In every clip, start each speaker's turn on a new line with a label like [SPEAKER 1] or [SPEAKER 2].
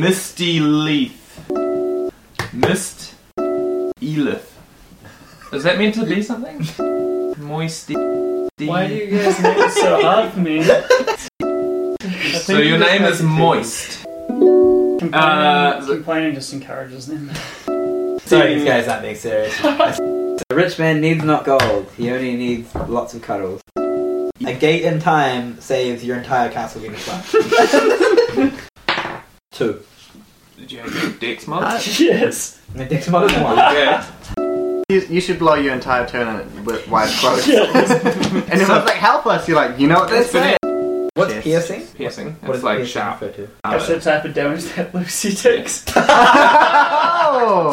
[SPEAKER 1] Misty Leith. Mist Elith. Is that meant to be something? Moisty.
[SPEAKER 2] Why do you guys make it so hard for me?
[SPEAKER 1] so your name is Moist.
[SPEAKER 2] Complaining,
[SPEAKER 1] Uh, the-
[SPEAKER 2] complaining just encourages them.
[SPEAKER 3] Sorry, these guys aren't being serious. a rich man needs not gold, he only needs lots of cuddles. A gate in time saves your entire castle being flat. Two.
[SPEAKER 1] Did you have your dex mod?
[SPEAKER 2] yes.
[SPEAKER 3] And it takes more than
[SPEAKER 2] Uh,
[SPEAKER 3] one.
[SPEAKER 1] Okay.
[SPEAKER 4] You, you should blow your entire turn in it with wide quotes.
[SPEAKER 2] Yeah.
[SPEAKER 4] and if it's like, help us, you're like, you know what that's saying?
[SPEAKER 3] What's
[SPEAKER 4] Yes.
[SPEAKER 3] piercing?
[SPEAKER 1] Piercing.
[SPEAKER 3] What
[SPEAKER 1] it's
[SPEAKER 3] does
[SPEAKER 1] like
[SPEAKER 3] piercing
[SPEAKER 1] sharp.
[SPEAKER 3] refer to?
[SPEAKER 2] That's the type of damage that Lucy takes.
[SPEAKER 4] Oh!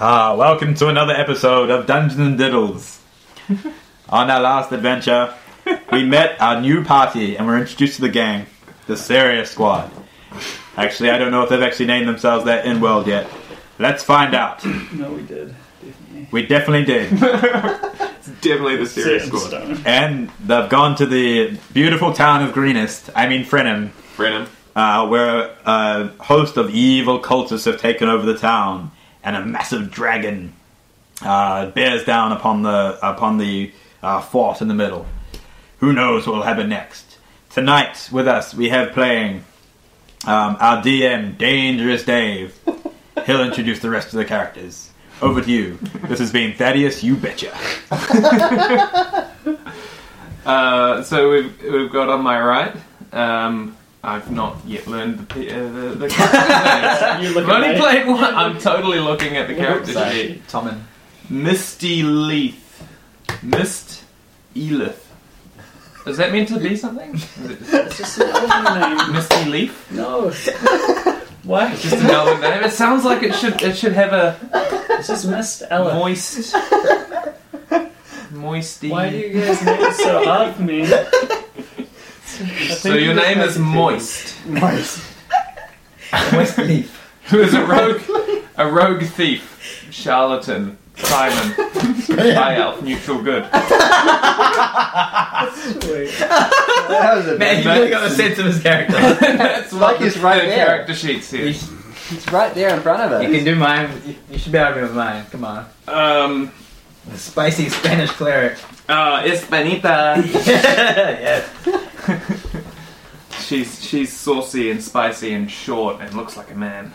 [SPEAKER 5] Ah, welcome to another episode of Dungeons and Diddles. On our last adventure, we met our new party and were introduced to the gang, the Serious Squad. Actually, I don't know if they've actually named themselves that in world yet. Let's find out.
[SPEAKER 2] no, we did. Definitely.
[SPEAKER 5] We definitely did.
[SPEAKER 1] Definitely the serious
[SPEAKER 2] Set in
[SPEAKER 1] squad.
[SPEAKER 2] stone.
[SPEAKER 5] And they've gone to the beautiful town of Greenest, I mean Frenham,
[SPEAKER 1] Brennan.
[SPEAKER 5] uh, where a host of evil cultists have taken over the town, and a massive dragon uh, bears down upon the upon the uh, fort in the middle. Who knows what will happen next? Tonight with us we have playing um, our DM Dangerous Dave. He'll introduce the rest of the characters. Over to you. This has been Thaddeus. You betcha.
[SPEAKER 1] Uh, so we've, we've got on my right. Um, I've not yet learned the, p- uh, the, the character names.
[SPEAKER 2] You look
[SPEAKER 1] I've only
[SPEAKER 2] at me.
[SPEAKER 1] played one. I'm totally looking at the character sheet.
[SPEAKER 3] Sorry, Tommen.
[SPEAKER 1] Misty Leith. Mist Elith. Is that meant to be something? Is it
[SPEAKER 2] It's just an old name.
[SPEAKER 1] Misty Leaf?
[SPEAKER 2] No. Why?
[SPEAKER 1] Just another name. It sounds like it should it should have a
[SPEAKER 2] It's just missed Ella.
[SPEAKER 1] moist moisty
[SPEAKER 2] Why do you guys make it so hard for me?
[SPEAKER 1] So your name is Moist.
[SPEAKER 4] Nice.
[SPEAKER 3] Moist leaf.
[SPEAKER 1] Who is a rogue a rogue thief. Charlatan. Simon. High elf, neutral good.
[SPEAKER 2] Wait.
[SPEAKER 4] That was a
[SPEAKER 3] Man, you really got the sense of his character.
[SPEAKER 1] That's
[SPEAKER 4] Like
[SPEAKER 1] what
[SPEAKER 4] he's
[SPEAKER 1] the
[SPEAKER 4] right there.
[SPEAKER 1] character sheet
[SPEAKER 3] you,
[SPEAKER 1] says.
[SPEAKER 3] sh-
[SPEAKER 4] It's right there in front of
[SPEAKER 3] you can
[SPEAKER 4] us.
[SPEAKER 3] do mine. You, you should be able to remember mine. Come on.
[SPEAKER 1] Um
[SPEAKER 3] The spicy Spanish cleric.
[SPEAKER 1] uh Espanita.
[SPEAKER 3] yes.
[SPEAKER 1] She's she's saucy and spicy and short and looks like a man.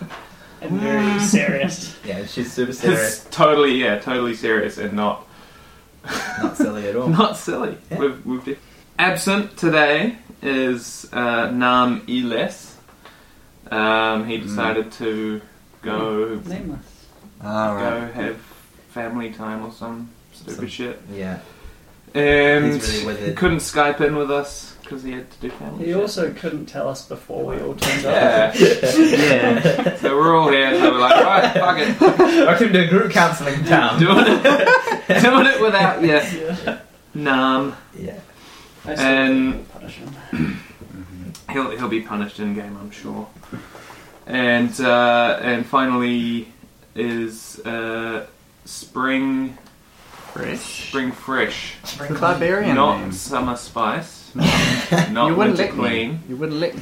[SPEAKER 2] And very serious.
[SPEAKER 3] Yeah, she's super serious.
[SPEAKER 1] It's totally yeah, totally serious and not
[SPEAKER 3] Not silly at all.
[SPEAKER 1] not silly.
[SPEAKER 3] Yeah.
[SPEAKER 1] We've, we've de- Absent today is uh, Nam Eles. Um,
[SPEAKER 3] Hmm.
[SPEAKER 1] he decided to go
[SPEAKER 2] Nameless.
[SPEAKER 3] Alright.
[SPEAKER 1] go have family time or some stupid
[SPEAKER 3] Some-
[SPEAKER 1] shit,
[SPEAKER 3] Yeah.
[SPEAKER 1] and
[SPEAKER 3] He's really
[SPEAKER 1] he
[SPEAKER 3] withered.
[SPEAKER 1] couldn't Skype in with us because he had to do family.
[SPEAKER 2] He
[SPEAKER 1] shit.
[SPEAKER 2] also couldn't tell us before we all turned up.
[SPEAKER 1] yeah, yeah. So we're all here. So we're like, right, fuck it.
[SPEAKER 3] Welcome to group counseling town.
[SPEAKER 1] doing it, doing it without yeah. Nam.
[SPEAKER 3] Yeah.
[SPEAKER 2] I still
[SPEAKER 1] And-
[SPEAKER 2] punish him.
[SPEAKER 1] He'll he'll be punished in game, I'm sure. And uh, and finally is uh, spring
[SPEAKER 4] Fresh.
[SPEAKER 1] spring fresh,
[SPEAKER 4] It's a barbarian
[SPEAKER 1] not
[SPEAKER 4] name.
[SPEAKER 1] summer spice, not
[SPEAKER 4] you wouldn't
[SPEAKER 1] winter
[SPEAKER 4] lick me.
[SPEAKER 1] clean,
[SPEAKER 4] You wouldn't lick me.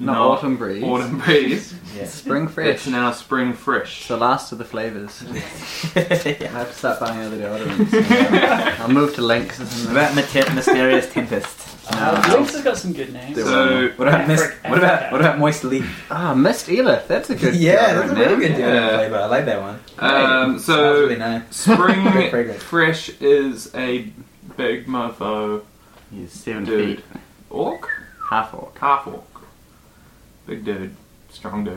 [SPEAKER 4] Not
[SPEAKER 1] No.
[SPEAKER 4] autumn breeze.
[SPEAKER 1] autumn breeze.
[SPEAKER 3] Yeah.
[SPEAKER 4] Spring fresh.
[SPEAKER 1] It's now spring fresh.
[SPEAKER 4] It's the last of the flavours. I
[SPEAKER 3] yeah.
[SPEAKER 4] have to start buying other deodorants. I'll move to Lynx.
[SPEAKER 3] About Mater- mysterious tempest.
[SPEAKER 2] Uh, Lynx has got some good names.
[SPEAKER 4] There
[SPEAKER 1] So
[SPEAKER 3] What about mist?
[SPEAKER 2] Africa.
[SPEAKER 3] What about what about moist leaf?
[SPEAKER 4] Ah, Mist Elith. That's a good deodorant
[SPEAKER 3] yeah, that's a really
[SPEAKER 4] name.
[SPEAKER 3] good
[SPEAKER 1] Yeah.
[SPEAKER 3] yeah. flavor. I like that one.
[SPEAKER 1] um,
[SPEAKER 3] Smells really
[SPEAKER 1] so
[SPEAKER 3] nice. Good
[SPEAKER 1] spring
[SPEAKER 3] fragrance.
[SPEAKER 1] fresh is a big mofo
[SPEAKER 4] He's seven
[SPEAKER 1] Dude.
[SPEAKER 4] feet.
[SPEAKER 1] orc.
[SPEAKER 4] Half orc.
[SPEAKER 1] Half orc. Big dude. Strong dude.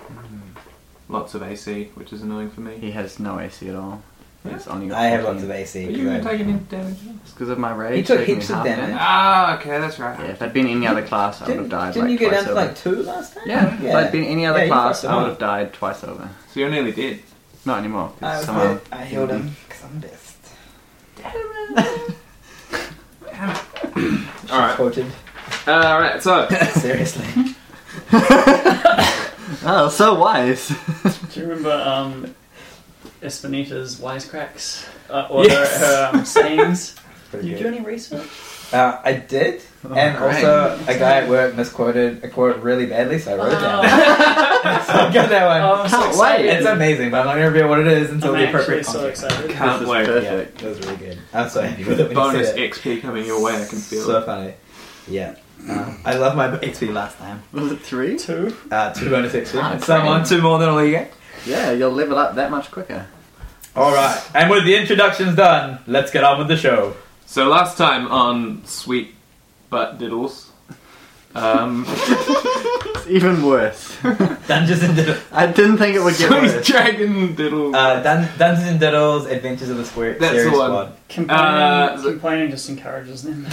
[SPEAKER 4] Mm-hmm.
[SPEAKER 1] Lots of AC, which is annoying for me.
[SPEAKER 4] He has no AC at all. He's only got
[SPEAKER 3] I have
[SPEAKER 4] 14.
[SPEAKER 3] lots of AC.
[SPEAKER 1] But you can take any damage.
[SPEAKER 4] It's because of my rage.
[SPEAKER 3] He took
[SPEAKER 4] taking
[SPEAKER 3] heaps of
[SPEAKER 4] half
[SPEAKER 3] damage.
[SPEAKER 1] Ah, okay, that's right.
[SPEAKER 4] Yeah, if I'd been any other class, I would have
[SPEAKER 3] Didn't,
[SPEAKER 4] died
[SPEAKER 3] didn't
[SPEAKER 4] like
[SPEAKER 3] you go
[SPEAKER 4] twice
[SPEAKER 3] down to
[SPEAKER 4] over.
[SPEAKER 3] like two last time?
[SPEAKER 4] yeah, if I'd been any other
[SPEAKER 3] Yeah, you
[SPEAKER 4] class,
[SPEAKER 3] fucked him
[SPEAKER 4] I would
[SPEAKER 3] up.
[SPEAKER 4] have died twice over.
[SPEAKER 1] So you're nearly dead.
[SPEAKER 4] Not anymore. 'cause
[SPEAKER 3] I, was
[SPEAKER 4] someone-
[SPEAKER 3] good. I healed him because I'm best.
[SPEAKER 1] Alright.
[SPEAKER 3] Quoted
[SPEAKER 1] Alright, Uh, so.
[SPEAKER 3] seriously.
[SPEAKER 4] Oh, so wise.
[SPEAKER 2] Do you remember um, Espinita's wisecracks? uh, or
[SPEAKER 5] Yes.
[SPEAKER 2] her um, sayings.
[SPEAKER 3] Pretty
[SPEAKER 2] Did you
[SPEAKER 3] good.
[SPEAKER 2] do any research?
[SPEAKER 3] Uh, I did, and
[SPEAKER 4] great.
[SPEAKER 3] also a guy at work misquoted a quote really badly, so I wrote it down. so I got that one.
[SPEAKER 2] Oh, Um, I'm so
[SPEAKER 4] Can't
[SPEAKER 2] excited.
[SPEAKER 4] wait.
[SPEAKER 3] it's amazing, but I'm not gonna reveal what it is until
[SPEAKER 2] I'm
[SPEAKER 3] the
[SPEAKER 2] actually
[SPEAKER 3] appropriate
[SPEAKER 2] so
[SPEAKER 3] context.
[SPEAKER 2] excited.
[SPEAKER 1] Can't
[SPEAKER 4] This is
[SPEAKER 1] wait.
[SPEAKER 3] yeah,
[SPEAKER 4] perfect.
[SPEAKER 3] that was really good. I'm so happy with it. When you
[SPEAKER 1] Bonus
[SPEAKER 3] said it.
[SPEAKER 1] XP coming your way, I can feel
[SPEAKER 3] so
[SPEAKER 1] it.
[SPEAKER 3] funny. Yeah, Uh, I love my XP last time.
[SPEAKER 4] Was it three?
[SPEAKER 2] Two.
[SPEAKER 3] Uh, two bonus XP.
[SPEAKER 4] Ah,
[SPEAKER 3] Someone
[SPEAKER 4] great.
[SPEAKER 3] two more than all you get.
[SPEAKER 4] Yeah, you'll level up that much quicker.
[SPEAKER 3] All right, and with the introductions done, let's get on with the show.
[SPEAKER 1] So last time on Sweet Butt Diddles, um,
[SPEAKER 4] It's even worse.
[SPEAKER 3] Dungeons and Diddles.
[SPEAKER 4] I didn't think it would get
[SPEAKER 1] Sweet
[SPEAKER 4] worse.
[SPEAKER 1] Dragon Diddles.
[SPEAKER 3] Uh, Dun- Dungeons and Diddles: Adventures of the Square
[SPEAKER 1] That's the
[SPEAKER 3] Series
[SPEAKER 1] one.
[SPEAKER 3] Squad.
[SPEAKER 2] Complaining,
[SPEAKER 1] Uh, so-
[SPEAKER 2] complaining just encourages them.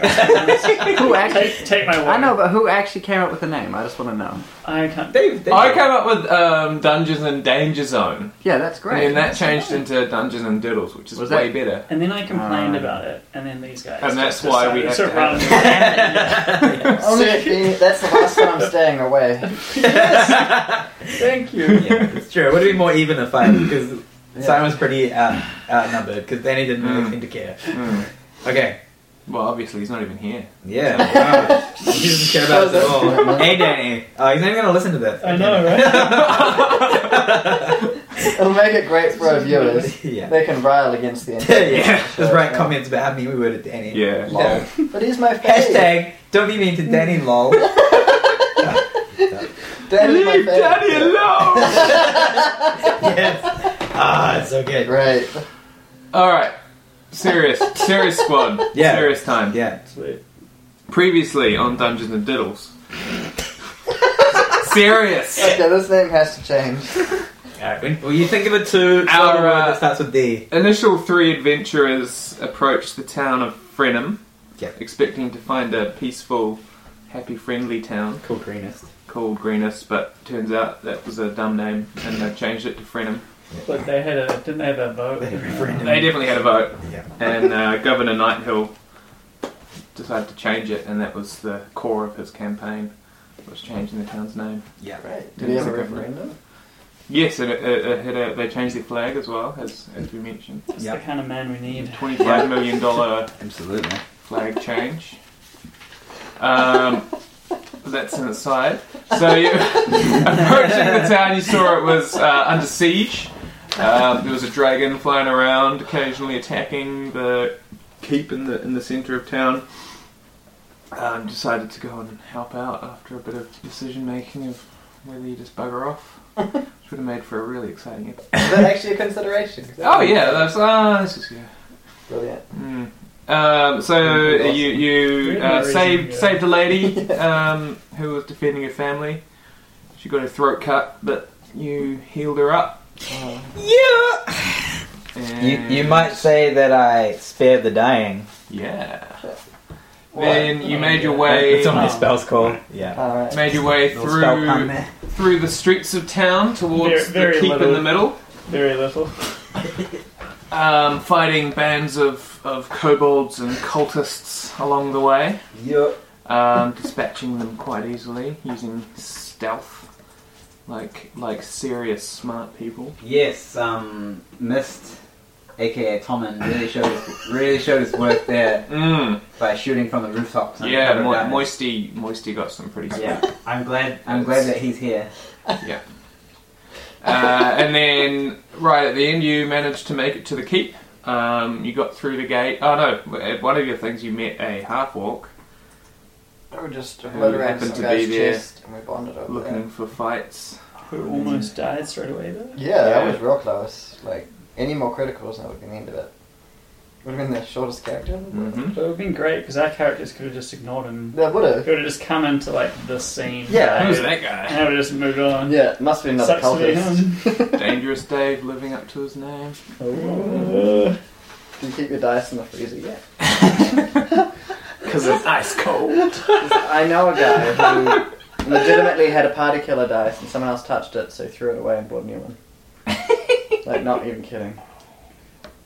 [SPEAKER 2] take,
[SPEAKER 4] who actually?
[SPEAKER 2] take my word.
[SPEAKER 4] I know, but who actually came up with the name? I just want to know.
[SPEAKER 2] I can't.
[SPEAKER 3] Dave, Dave.
[SPEAKER 1] I came up with um, Dungeons and Danger Zone,
[SPEAKER 4] Yeah, that's
[SPEAKER 1] and
[SPEAKER 4] great.
[SPEAKER 1] then that changed into Dungeons and Diddles, which is
[SPEAKER 4] Was
[SPEAKER 1] way
[SPEAKER 4] that-
[SPEAKER 1] better.
[SPEAKER 2] And then I complained
[SPEAKER 4] Um,
[SPEAKER 2] about it, and then these guys.
[SPEAKER 1] And that's
[SPEAKER 2] just
[SPEAKER 1] why we
[SPEAKER 2] decided
[SPEAKER 1] have
[SPEAKER 2] to
[SPEAKER 1] to
[SPEAKER 2] run.
[SPEAKER 6] Only if you- that's the last time I'm staying away.
[SPEAKER 2] Thank you.
[SPEAKER 3] yeah, it's true. It would have been more even a fight because Simon's pretty out, outnumbered because Danny didn't really
[SPEAKER 1] Mm.
[SPEAKER 3] seem to care.
[SPEAKER 4] Hmm.
[SPEAKER 1] Mm.
[SPEAKER 3] Okay.
[SPEAKER 1] Well, obviously he's not even here.
[SPEAKER 3] Yeah. Wow. he doesn't care about us at all. hey, Danny. Oh, he's not even going to listen to this.
[SPEAKER 2] I know, right?
[SPEAKER 6] It'll make it great for our viewers.
[SPEAKER 3] yeah.
[SPEAKER 6] They can rile against the internet.
[SPEAKER 3] yeah. Just write comments about how mean we were to Danny.
[SPEAKER 1] Yeah.
[SPEAKER 3] Lol.
[SPEAKER 6] But he's my fave.
[SPEAKER 3] Hashtag don't be mean to Danny. Lol.
[SPEAKER 6] Daddy's my
[SPEAKER 1] Leave
[SPEAKER 6] fave.
[SPEAKER 1] Daddy alone.
[SPEAKER 3] yes. Ah, it's so good.
[SPEAKER 6] Great.
[SPEAKER 1] All right, serious, serious squad,
[SPEAKER 3] Yeah.
[SPEAKER 1] serious time.
[SPEAKER 3] Yeah.
[SPEAKER 2] Sweet.
[SPEAKER 1] Previously on Dungeons and Diddles. serious.
[SPEAKER 6] Okay, this name has to change.
[SPEAKER 3] All right. When, well, you think of a two.
[SPEAKER 1] Our,
[SPEAKER 3] Our, word
[SPEAKER 1] uh,
[SPEAKER 3] that starts with D.
[SPEAKER 1] Initial three adventurers approach the town of Frenham,
[SPEAKER 3] Yep.
[SPEAKER 1] expecting to find a peaceful, happy, friendly town
[SPEAKER 3] Cool greenest.
[SPEAKER 1] called Greenest, but turns out that was a dumb name and they changed it to Frenham.
[SPEAKER 2] Look, they had a didn't they have a vote?
[SPEAKER 3] They had a referendum.
[SPEAKER 1] They definitely had a vote,
[SPEAKER 3] Yeah.
[SPEAKER 1] and uh, Governor Nighthill decided to change it, and that was the core of his campaign, was changing the town's name.
[SPEAKER 3] Yeah.
[SPEAKER 6] Right. Did he have a referendum?
[SPEAKER 1] Yes, and it, it, it had a, they changed their flag as well, as, as we mentioned.
[SPEAKER 2] That's
[SPEAKER 3] Yeah.
[SPEAKER 2] the kind of man we need.
[SPEAKER 1] $25 million dollar
[SPEAKER 3] Absolutely.
[SPEAKER 1] flag change. Um, that's an aside. So you, approaching the town, you saw it was uh, under siege. Um, there was a dragon flying around, occasionally attacking the keep in the in the centre of town. Um, decided to go and help out after a bit of decision making of whether you just bugger off, which would have made for a really exciting. Episode.
[SPEAKER 6] Is that actually a consideration? 'Cause that
[SPEAKER 1] Oh
[SPEAKER 6] would be
[SPEAKER 1] yeah, that's ah, this is good.
[SPEAKER 6] Brilliant.
[SPEAKER 1] Mm. Um, so
[SPEAKER 6] Awesome.
[SPEAKER 1] you you
[SPEAKER 2] Yeah,
[SPEAKER 1] uh,
[SPEAKER 2] reason,
[SPEAKER 1] saved
[SPEAKER 2] yeah.
[SPEAKER 1] saved a lady um, who was defending her family. She got her throat cut, but you healed her up.
[SPEAKER 3] Yeah. You,
[SPEAKER 1] and-
[SPEAKER 3] you might say that I spared the dying.
[SPEAKER 1] yeah.
[SPEAKER 6] What?
[SPEAKER 1] Then you made your way
[SPEAKER 3] That's what my
[SPEAKER 2] Oh.
[SPEAKER 3] spells call. Yeah.
[SPEAKER 6] Alright.
[SPEAKER 1] made your way
[SPEAKER 3] Little spell pun
[SPEAKER 1] through
[SPEAKER 3] there.
[SPEAKER 1] through the streets of town towards
[SPEAKER 2] Very-
[SPEAKER 1] the
[SPEAKER 2] very
[SPEAKER 1] keep in
[SPEAKER 2] little.
[SPEAKER 1] the middle.
[SPEAKER 2] Very little.
[SPEAKER 1] Um, fighting bands of, of kobolds and cultists along the way.
[SPEAKER 3] Yup.
[SPEAKER 1] um, dispatching them quite easily using stealth, like like serious smart people.
[SPEAKER 3] Yes, um, Mist, aka Tommen, really showed his, really showed his worth there
[SPEAKER 1] Mm.
[SPEAKER 3] by shooting from the rooftops. and
[SPEAKER 1] Yeah,
[SPEAKER 3] covered
[SPEAKER 1] Mo-
[SPEAKER 3] darkness.
[SPEAKER 1] Moisty Moisty got some pretty. Smart.
[SPEAKER 3] Yeah, I'm glad. I'm glad that he's here.
[SPEAKER 1] Uh, and then right at the end, you managed to make it to the keep. Um, you got through the gate. Oh no! At one of your things, you met a half walk
[SPEAKER 6] We were just
[SPEAKER 1] Who
[SPEAKER 6] loaded around
[SPEAKER 1] happened
[SPEAKER 6] some
[SPEAKER 1] to
[SPEAKER 6] guy's
[SPEAKER 1] be there
[SPEAKER 6] chest and we bonded over
[SPEAKER 1] looking for fights.
[SPEAKER 2] Who almost died straight away though.
[SPEAKER 6] that. Yeah, that
[SPEAKER 1] Yeah.
[SPEAKER 6] was real close. Like, any more criticals and that would have been the end of it. Would have been the shortest character. wouldn't it?
[SPEAKER 1] hmm
[SPEAKER 2] But it would have been great because our characters could have just ignored him.
[SPEAKER 6] That would
[SPEAKER 2] It
[SPEAKER 6] have.
[SPEAKER 2] would have just come into like this scene.
[SPEAKER 6] Yeah,
[SPEAKER 1] Who's
[SPEAKER 2] and
[SPEAKER 1] that guy?
[SPEAKER 2] I would have just moved on.
[SPEAKER 6] Yeah, it must be another
[SPEAKER 2] Sucks to be
[SPEAKER 6] cultist.
[SPEAKER 2] him.
[SPEAKER 1] Dangerous Dave, living up to his name.
[SPEAKER 6] Do you keep your dice in the freezer yet?
[SPEAKER 1] Because it's ice cold.
[SPEAKER 6] I know a guy who legitimately had a party killer dice and someone else touched it, so he threw it away and bought a new one. like, not even kidding.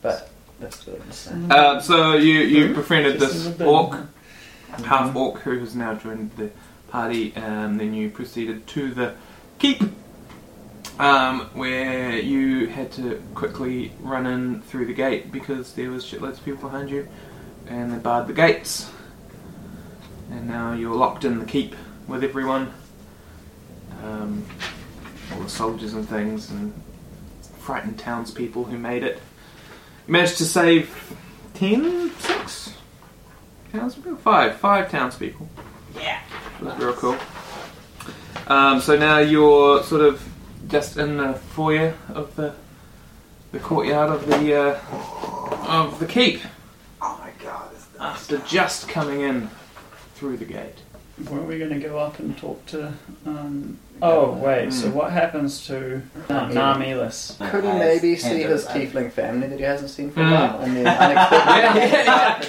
[SPEAKER 6] But that's what I'm saying.
[SPEAKER 1] Uh, so you you befriended
[SPEAKER 2] Just
[SPEAKER 1] this
[SPEAKER 2] in the bin.
[SPEAKER 1] orc half orc who has now joined the party, and then you proceeded to the keep. um, where you had to quickly run in through the gate because there was shitloads of people behind you, and they barred the gates. And now you're locked in the keep with everyone, um, all the soldiers and things, and frightened townspeople who made it. You managed to save ten, six townspeople, five, five townspeople. Yeah, that was real cool. Um, so now you're sort of just in the foyer of the the courtyard of the uh, of the keep
[SPEAKER 5] Oh my god. this-
[SPEAKER 1] after just coming in through the gate.
[SPEAKER 2] Weren't we going to go up and talk to? Um, oh wait. So
[SPEAKER 1] Hmm.
[SPEAKER 2] what happens to uh, Narmelis?
[SPEAKER 6] Could he
[SPEAKER 3] Eyes,
[SPEAKER 6] maybe see
[SPEAKER 3] hand
[SPEAKER 6] his
[SPEAKER 3] over.
[SPEAKER 6] tiefling family that he hasn't seen for a
[SPEAKER 1] Mm.
[SPEAKER 6] while? And then unexpectedly.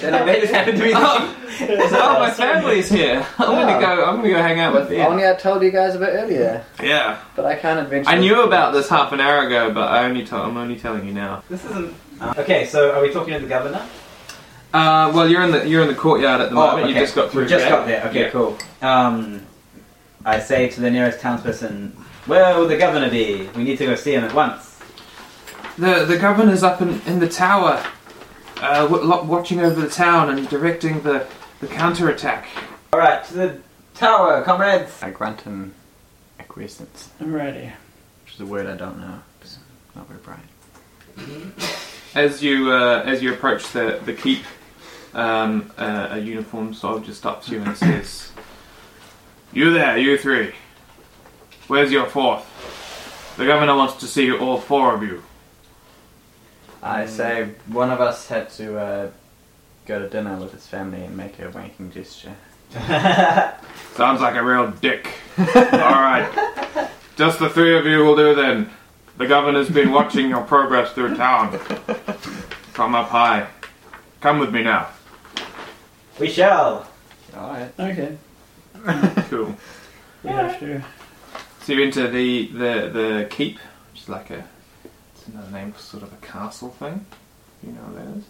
[SPEAKER 3] Then it just happened to be.
[SPEAKER 1] oh, oh, my family's here. I'm gonna go. I'm gonna go hang out
[SPEAKER 5] Oh,
[SPEAKER 1] with
[SPEAKER 6] If
[SPEAKER 1] them.
[SPEAKER 6] only I told you guys about earlier,
[SPEAKER 1] Yeah,
[SPEAKER 6] but I can't adventure.
[SPEAKER 1] I knew about this half an hour ago, but I only tell I'm only telling you now.
[SPEAKER 3] This isn't. uh, okay, so are we talking to the governor?
[SPEAKER 1] Uh, well, you're in the you're in the courtyard at the moment. Oh, You just got through.
[SPEAKER 3] We Oh, just
[SPEAKER 1] the gate.
[SPEAKER 3] got there. Okay,
[SPEAKER 1] Yeah.
[SPEAKER 3] cool. Um, I say to the nearest townsperson, "Where will the governor be? We need to go see him at once."
[SPEAKER 1] The the governor's up in, in the tower, uh, w- lo- watching over the town and directing the the counterattack.
[SPEAKER 3] All right, to the tower, comrades.
[SPEAKER 4] I grunt in acquiescence,
[SPEAKER 2] Alrighty.
[SPEAKER 4] which is a word I don't know. 'cause I'm not very bright.
[SPEAKER 1] As you uh, as you approach the the keep, um, uh, a uniformed soldier stops you and says, "You there, you three. Where's your fourth? The governor wants to see all four of you."
[SPEAKER 6] I
[SPEAKER 4] I
[SPEAKER 6] say
[SPEAKER 4] say
[SPEAKER 6] one of us had to.
[SPEAKER 4] To uh, go to dinner with his family and make a wanking gesture.
[SPEAKER 1] Sounds like a real dick. Alright. Just the three of you will do then. The governor's been watching your progress through town. Come up high. Come with me now.
[SPEAKER 3] We shall.
[SPEAKER 4] Alright.
[SPEAKER 2] Okay.
[SPEAKER 1] Cool.
[SPEAKER 2] We have to.
[SPEAKER 1] So you enter the, the, the keep, which is like a it's another name for sort of a castle thing. You know what that is?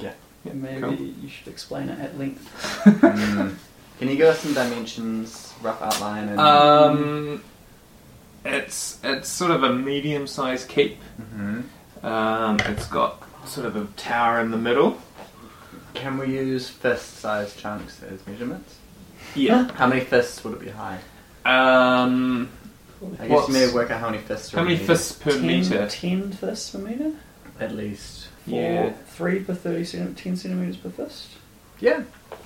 [SPEAKER 1] Yeah,
[SPEAKER 2] Maybe
[SPEAKER 1] cool.
[SPEAKER 2] you should explain it at length.
[SPEAKER 6] Hmm. Can you give us some dimensions, rough outline, and
[SPEAKER 1] Um it's it's sort of a medium sized keep.
[SPEAKER 4] Mm-hmm.
[SPEAKER 1] Um, it's got sort of a tower in the middle.
[SPEAKER 6] can we use fist-sized chunks as measurements?
[SPEAKER 1] Yeah.
[SPEAKER 6] How many fists would it be high?
[SPEAKER 1] Um,
[SPEAKER 6] I guess
[SPEAKER 1] What's-
[SPEAKER 6] you may work out how many fists. are
[SPEAKER 1] how many
[SPEAKER 6] needed.
[SPEAKER 1] fists per
[SPEAKER 2] ten,
[SPEAKER 1] meter?
[SPEAKER 2] ten fists per meter.
[SPEAKER 6] At least.
[SPEAKER 2] Four,
[SPEAKER 1] Yeah.
[SPEAKER 2] Three per thirty centi- ten centimeters per fist.
[SPEAKER 6] Yeah.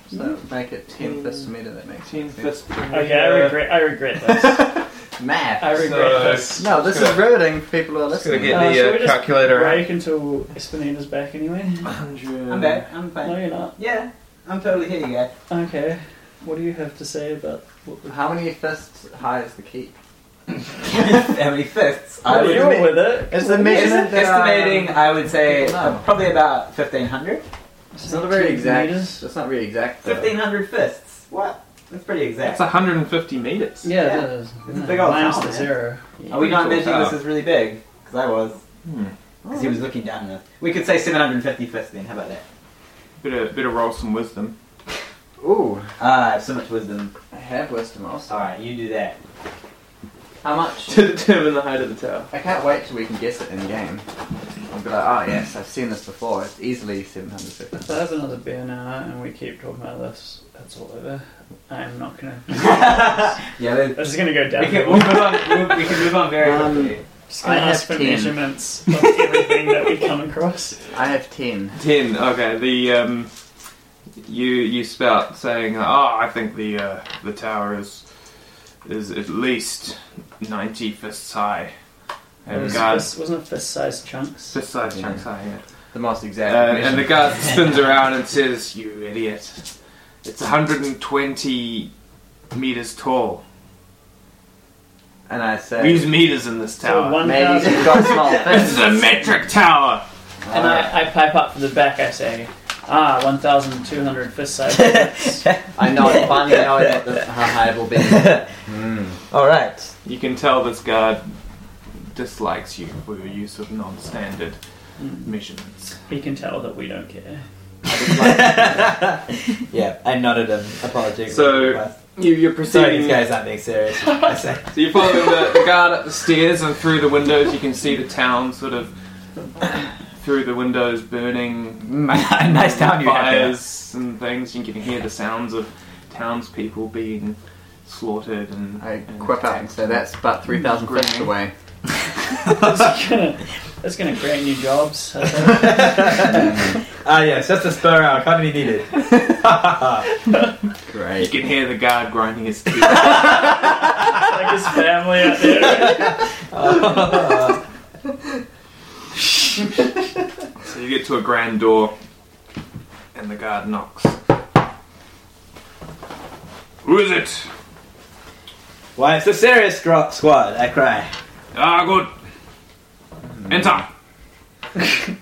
[SPEAKER 6] So make it ten fists a meter. That makes
[SPEAKER 1] Mm-hmm. Ten
[SPEAKER 6] sense.
[SPEAKER 1] fists per meter.
[SPEAKER 2] Okay, I regret. I regret this.
[SPEAKER 6] Math.
[SPEAKER 2] I regret
[SPEAKER 1] So-
[SPEAKER 2] this.
[SPEAKER 6] no, this is riveting. People who are
[SPEAKER 1] Just gonna
[SPEAKER 6] listening.
[SPEAKER 1] get
[SPEAKER 2] Uh, shall
[SPEAKER 1] the
[SPEAKER 2] we
[SPEAKER 1] uh,
[SPEAKER 2] just
[SPEAKER 1] calculator out.
[SPEAKER 2] Break until Espinita's back anyway.
[SPEAKER 1] 100.
[SPEAKER 3] I'm back. I'm
[SPEAKER 2] No,
[SPEAKER 3] fine.
[SPEAKER 2] you're not.
[SPEAKER 3] Yeah, I'm totally here, you guys.
[SPEAKER 2] Okay. What do you have to say about what the
[SPEAKER 6] How many fists high is the keep?
[SPEAKER 3] How many fists? I
[SPEAKER 2] Well,
[SPEAKER 3] would
[SPEAKER 2] you're
[SPEAKER 3] admit-
[SPEAKER 2] with it.
[SPEAKER 6] It's the um,
[SPEAKER 3] Is
[SPEAKER 6] measurement.
[SPEAKER 3] it estimating, uh, I would say
[SPEAKER 6] people know.
[SPEAKER 3] uh, probably about 1,500.
[SPEAKER 6] It's not very exact.
[SPEAKER 2] Meters.
[SPEAKER 6] It's not very exact. though.
[SPEAKER 3] 1,500 fists. What? That's pretty
[SPEAKER 1] That's
[SPEAKER 3] exact.
[SPEAKER 1] 150 meters.
[SPEAKER 2] Yeah,
[SPEAKER 3] Yeah.
[SPEAKER 2] it is.
[SPEAKER 3] It's a big old
[SPEAKER 2] Minus
[SPEAKER 3] town,
[SPEAKER 2] the
[SPEAKER 3] man.
[SPEAKER 2] zero.
[SPEAKER 3] Are we not
[SPEAKER 1] Cool.
[SPEAKER 3] imagining this
[SPEAKER 1] Oh.
[SPEAKER 3] is really big? Because I was.
[SPEAKER 1] Hmm.
[SPEAKER 3] Because he was looking down on us. We could say 750 fists then. How about that?
[SPEAKER 1] Better, better roll some wisdom.
[SPEAKER 6] Ooh,
[SPEAKER 3] Ah, I have so much wisdom.
[SPEAKER 6] I have wisdom also.
[SPEAKER 3] Alright, you do that.
[SPEAKER 6] How much?
[SPEAKER 1] To determine the height of the tower.
[SPEAKER 6] I can't wait till we can guess it in game. I'll be like, oh yes, I've seen this before. It's easily 750.
[SPEAKER 2] If I have another beer now and we keep talking about this, that's all over. I'm not gonna.
[SPEAKER 3] Yeah, then.
[SPEAKER 2] This is gonna go down.
[SPEAKER 3] We can, we'll move on, we'll, we can move on very
[SPEAKER 6] Um,
[SPEAKER 3] quickly.
[SPEAKER 2] Just gonna
[SPEAKER 6] I
[SPEAKER 2] ask for
[SPEAKER 6] have 10.
[SPEAKER 2] measurements of everything that we come across.
[SPEAKER 6] I have 10.
[SPEAKER 1] 10. Okay. The um, you you spout saying, "Oh, I think the uh, the tower is is at least 90 fists high."
[SPEAKER 3] Oh,
[SPEAKER 1] And the
[SPEAKER 2] Wasn't
[SPEAKER 1] guards
[SPEAKER 2] fist- wasn't it fist-sized chunks?
[SPEAKER 1] fist size
[SPEAKER 6] Yeah.
[SPEAKER 1] chunks high. Mm. Yeah.
[SPEAKER 6] The most exact.
[SPEAKER 1] Uh, and the
[SPEAKER 6] measurement.
[SPEAKER 1] guard spins around and says, "You idiot! It's 120 meters tall.
[SPEAKER 6] and I
[SPEAKER 1] We
[SPEAKER 6] say,
[SPEAKER 1] use meters in this
[SPEAKER 2] So
[SPEAKER 1] tower.
[SPEAKER 2] one
[SPEAKER 6] maybe
[SPEAKER 2] thousand.
[SPEAKER 6] you've got small
[SPEAKER 1] this is
[SPEAKER 6] fists.
[SPEAKER 1] a metric tower."
[SPEAKER 2] And I, I pipe up from the back. I say, ah, one thousand two hundred fist-sized chunks.
[SPEAKER 6] I know, I finally know what the, how high it will be. Hmm.
[SPEAKER 3] Alright.
[SPEAKER 1] You can tell this guard dislikes you for your use of non-standard measurements.
[SPEAKER 2] He can tell that we don't care.
[SPEAKER 6] It's like-
[SPEAKER 3] yeah, I nodded him. Apologetic.
[SPEAKER 1] So- You, you're
[SPEAKER 3] sorry,
[SPEAKER 1] proceeding.
[SPEAKER 3] these guys aren't being serious. I say,
[SPEAKER 1] So you're following the, the guard up the stairs, and through the windows, you can see the town sort of through the windows burning.
[SPEAKER 5] nice town you have there.
[SPEAKER 1] fires and things. You can hear the sounds of townspeople being slaughtered and.
[SPEAKER 4] I
[SPEAKER 1] and
[SPEAKER 4] quip out and say that's about 3,000 feet
[SPEAKER 1] Grinning.
[SPEAKER 4] away.
[SPEAKER 2] It's gonna, it's gonna create new jobs.
[SPEAKER 3] ah, yeah, it's just a spur our economy needed.
[SPEAKER 1] You
[SPEAKER 3] Great.
[SPEAKER 1] can hear the guard grinding his teeth.
[SPEAKER 2] like his family out there.
[SPEAKER 1] so you get to a grand door, and the guard knocks. Who is it?
[SPEAKER 3] Why, it's a serious scro- squad, I cry.
[SPEAKER 1] Ah, good.
[SPEAKER 3] Hmm.
[SPEAKER 1] Enter.
[SPEAKER 2] I'm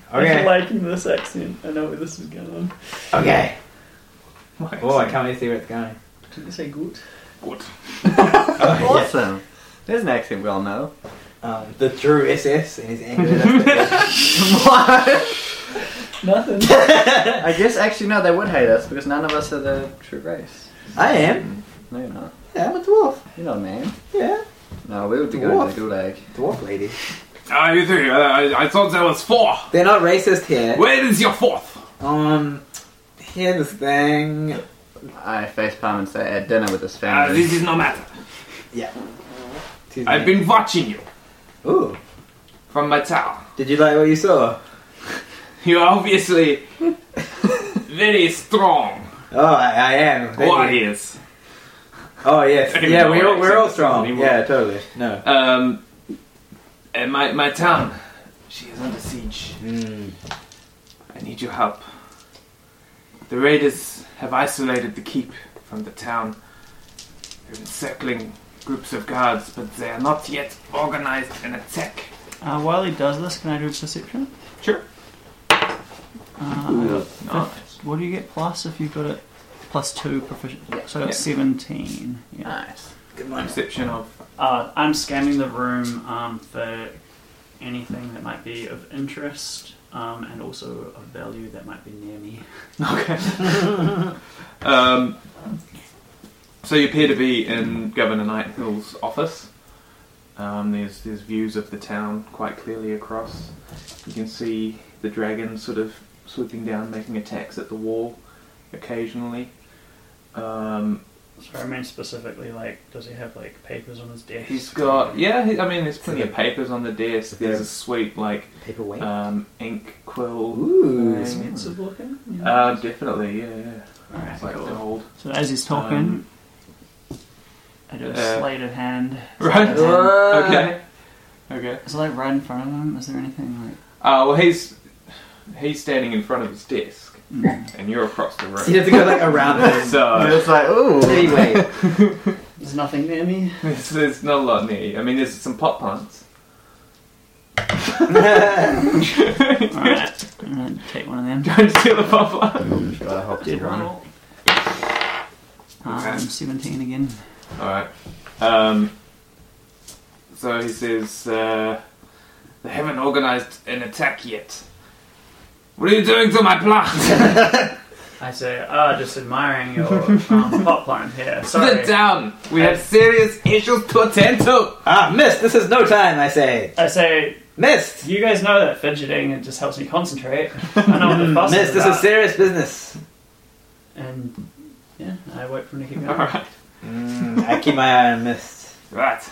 [SPEAKER 3] Okay.
[SPEAKER 2] liking this accent. I know where this is going.
[SPEAKER 3] Okay.
[SPEAKER 1] Why,
[SPEAKER 3] Oh, I can't wait to see where it's going.
[SPEAKER 2] Did you say good?
[SPEAKER 1] Good.
[SPEAKER 3] Oh,
[SPEAKER 4] Awesome. There's an accent we all know.
[SPEAKER 3] Um, the Drew SS and he's angry. That's the-
[SPEAKER 2] Nothing.
[SPEAKER 4] I guess actually no, they would hate us because none of us are the true race.
[SPEAKER 3] I am.
[SPEAKER 4] No, you're not.
[SPEAKER 3] Yeah, I'm a dwarf.
[SPEAKER 4] You're not a man.
[SPEAKER 3] Yeah,
[SPEAKER 4] No, we would be going
[SPEAKER 3] Dwarf.
[SPEAKER 4] to Gulag.
[SPEAKER 3] dwarf lady.
[SPEAKER 1] Ah, you three. Uh, I, I thought there was four.
[SPEAKER 3] They're not racist here.
[SPEAKER 1] Where is your fourth?
[SPEAKER 3] Um, here's this thing.
[SPEAKER 4] I facepalm and say at dinner with his
[SPEAKER 1] Ah,
[SPEAKER 4] family.
[SPEAKER 1] this is no matter.
[SPEAKER 3] Excuse me.
[SPEAKER 1] I've been watching you
[SPEAKER 3] Ooh,
[SPEAKER 1] from my tower.
[SPEAKER 3] did you like what you saw?
[SPEAKER 1] You're obviously very strong.
[SPEAKER 3] Oh, I, I am. Thank you.
[SPEAKER 1] Warriors.
[SPEAKER 3] Oh yes,
[SPEAKER 1] Thank you.
[SPEAKER 3] yeah, we're all, we're all
[SPEAKER 1] Accent
[SPEAKER 3] strong.
[SPEAKER 1] anymore.
[SPEAKER 3] Yeah, totally. No.
[SPEAKER 1] Um, and my, my town, she is under siege.
[SPEAKER 3] Mm.
[SPEAKER 1] I need your help. The raiders have isolated the keep from the town. They're encircling groups of guards, but they are not yet organized an attack.
[SPEAKER 2] Uh, while he does this, can I do a perception?
[SPEAKER 1] Sure.
[SPEAKER 2] Uh,
[SPEAKER 1] Nice.
[SPEAKER 2] what do you get plus if you've got it? Plus two proficient. So it's 17. Yeah.
[SPEAKER 4] nice.
[SPEAKER 3] Good one.
[SPEAKER 1] Perception of
[SPEAKER 2] Uh, I'm scanning the room um, for anything that might be of interest um, and also of value that might be near me.
[SPEAKER 1] Okay. um, so you appear to be in Governor Nighthill's office. Um, there's there's views of the town quite clearly across. You can see the dragon sort of swooping down, making attacks at the wall occasionally. Um,
[SPEAKER 2] So I mean specifically, like, does he have like papers on his desk?
[SPEAKER 1] he's got yeah. He, I mean, there's plenty of papers on the desk. There's a sweet like
[SPEAKER 3] Paperweight.
[SPEAKER 1] um, ink quill.
[SPEAKER 3] Ooh.
[SPEAKER 1] thing.
[SPEAKER 2] expensive looking. Yeah.
[SPEAKER 1] Uh, definitely, yeah, yeah.
[SPEAKER 2] Alright,
[SPEAKER 1] It's like
[SPEAKER 2] cool.
[SPEAKER 1] old.
[SPEAKER 2] So as he's talking,
[SPEAKER 1] Um,
[SPEAKER 2] I do a
[SPEAKER 1] uh,
[SPEAKER 2] sleight of hand.
[SPEAKER 1] Right.
[SPEAKER 2] Sleight of hand.
[SPEAKER 1] Okay. Okay.
[SPEAKER 2] Is it like right in front of him? Is there anything like?
[SPEAKER 1] Uh, well, he's he's standing in front of his desk,
[SPEAKER 2] Mm.
[SPEAKER 1] and you're across the
[SPEAKER 3] So you
[SPEAKER 1] room.
[SPEAKER 3] have to go like around it.
[SPEAKER 4] And
[SPEAKER 1] so
[SPEAKER 4] it's like, ooh.
[SPEAKER 3] Anyway,
[SPEAKER 6] There's nothing near me.
[SPEAKER 1] there's, there's not a lot near you. I mean, there's some pot plants.
[SPEAKER 2] All right, I'm gonna take one of them.
[SPEAKER 1] Don't steal the pot plant.
[SPEAKER 4] Gotta hope it's one.
[SPEAKER 2] Um, Seventeen again.
[SPEAKER 1] All right. Um, so he says uh, they haven't organized an attack yet. What are you doing to my plant?
[SPEAKER 2] I say, ah, just admiring your um, pot plant here.
[SPEAKER 1] Sit down. We have serious issues to attend to.
[SPEAKER 3] ah, missed. This is no time. I say,
[SPEAKER 2] I say,
[SPEAKER 3] missed,
[SPEAKER 2] you guys know that fidgeting it just helps me concentrate. I know what the fuss
[SPEAKER 3] missed.
[SPEAKER 2] is
[SPEAKER 3] This is
[SPEAKER 2] about.
[SPEAKER 3] serious business.
[SPEAKER 2] And yeah, I wait for him to keep
[SPEAKER 1] All
[SPEAKER 2] going.
[SPEAKER 1] right.
[SPEAKER 3] Mm, I keep my eye on missed.
[SPEAKER 1] Right.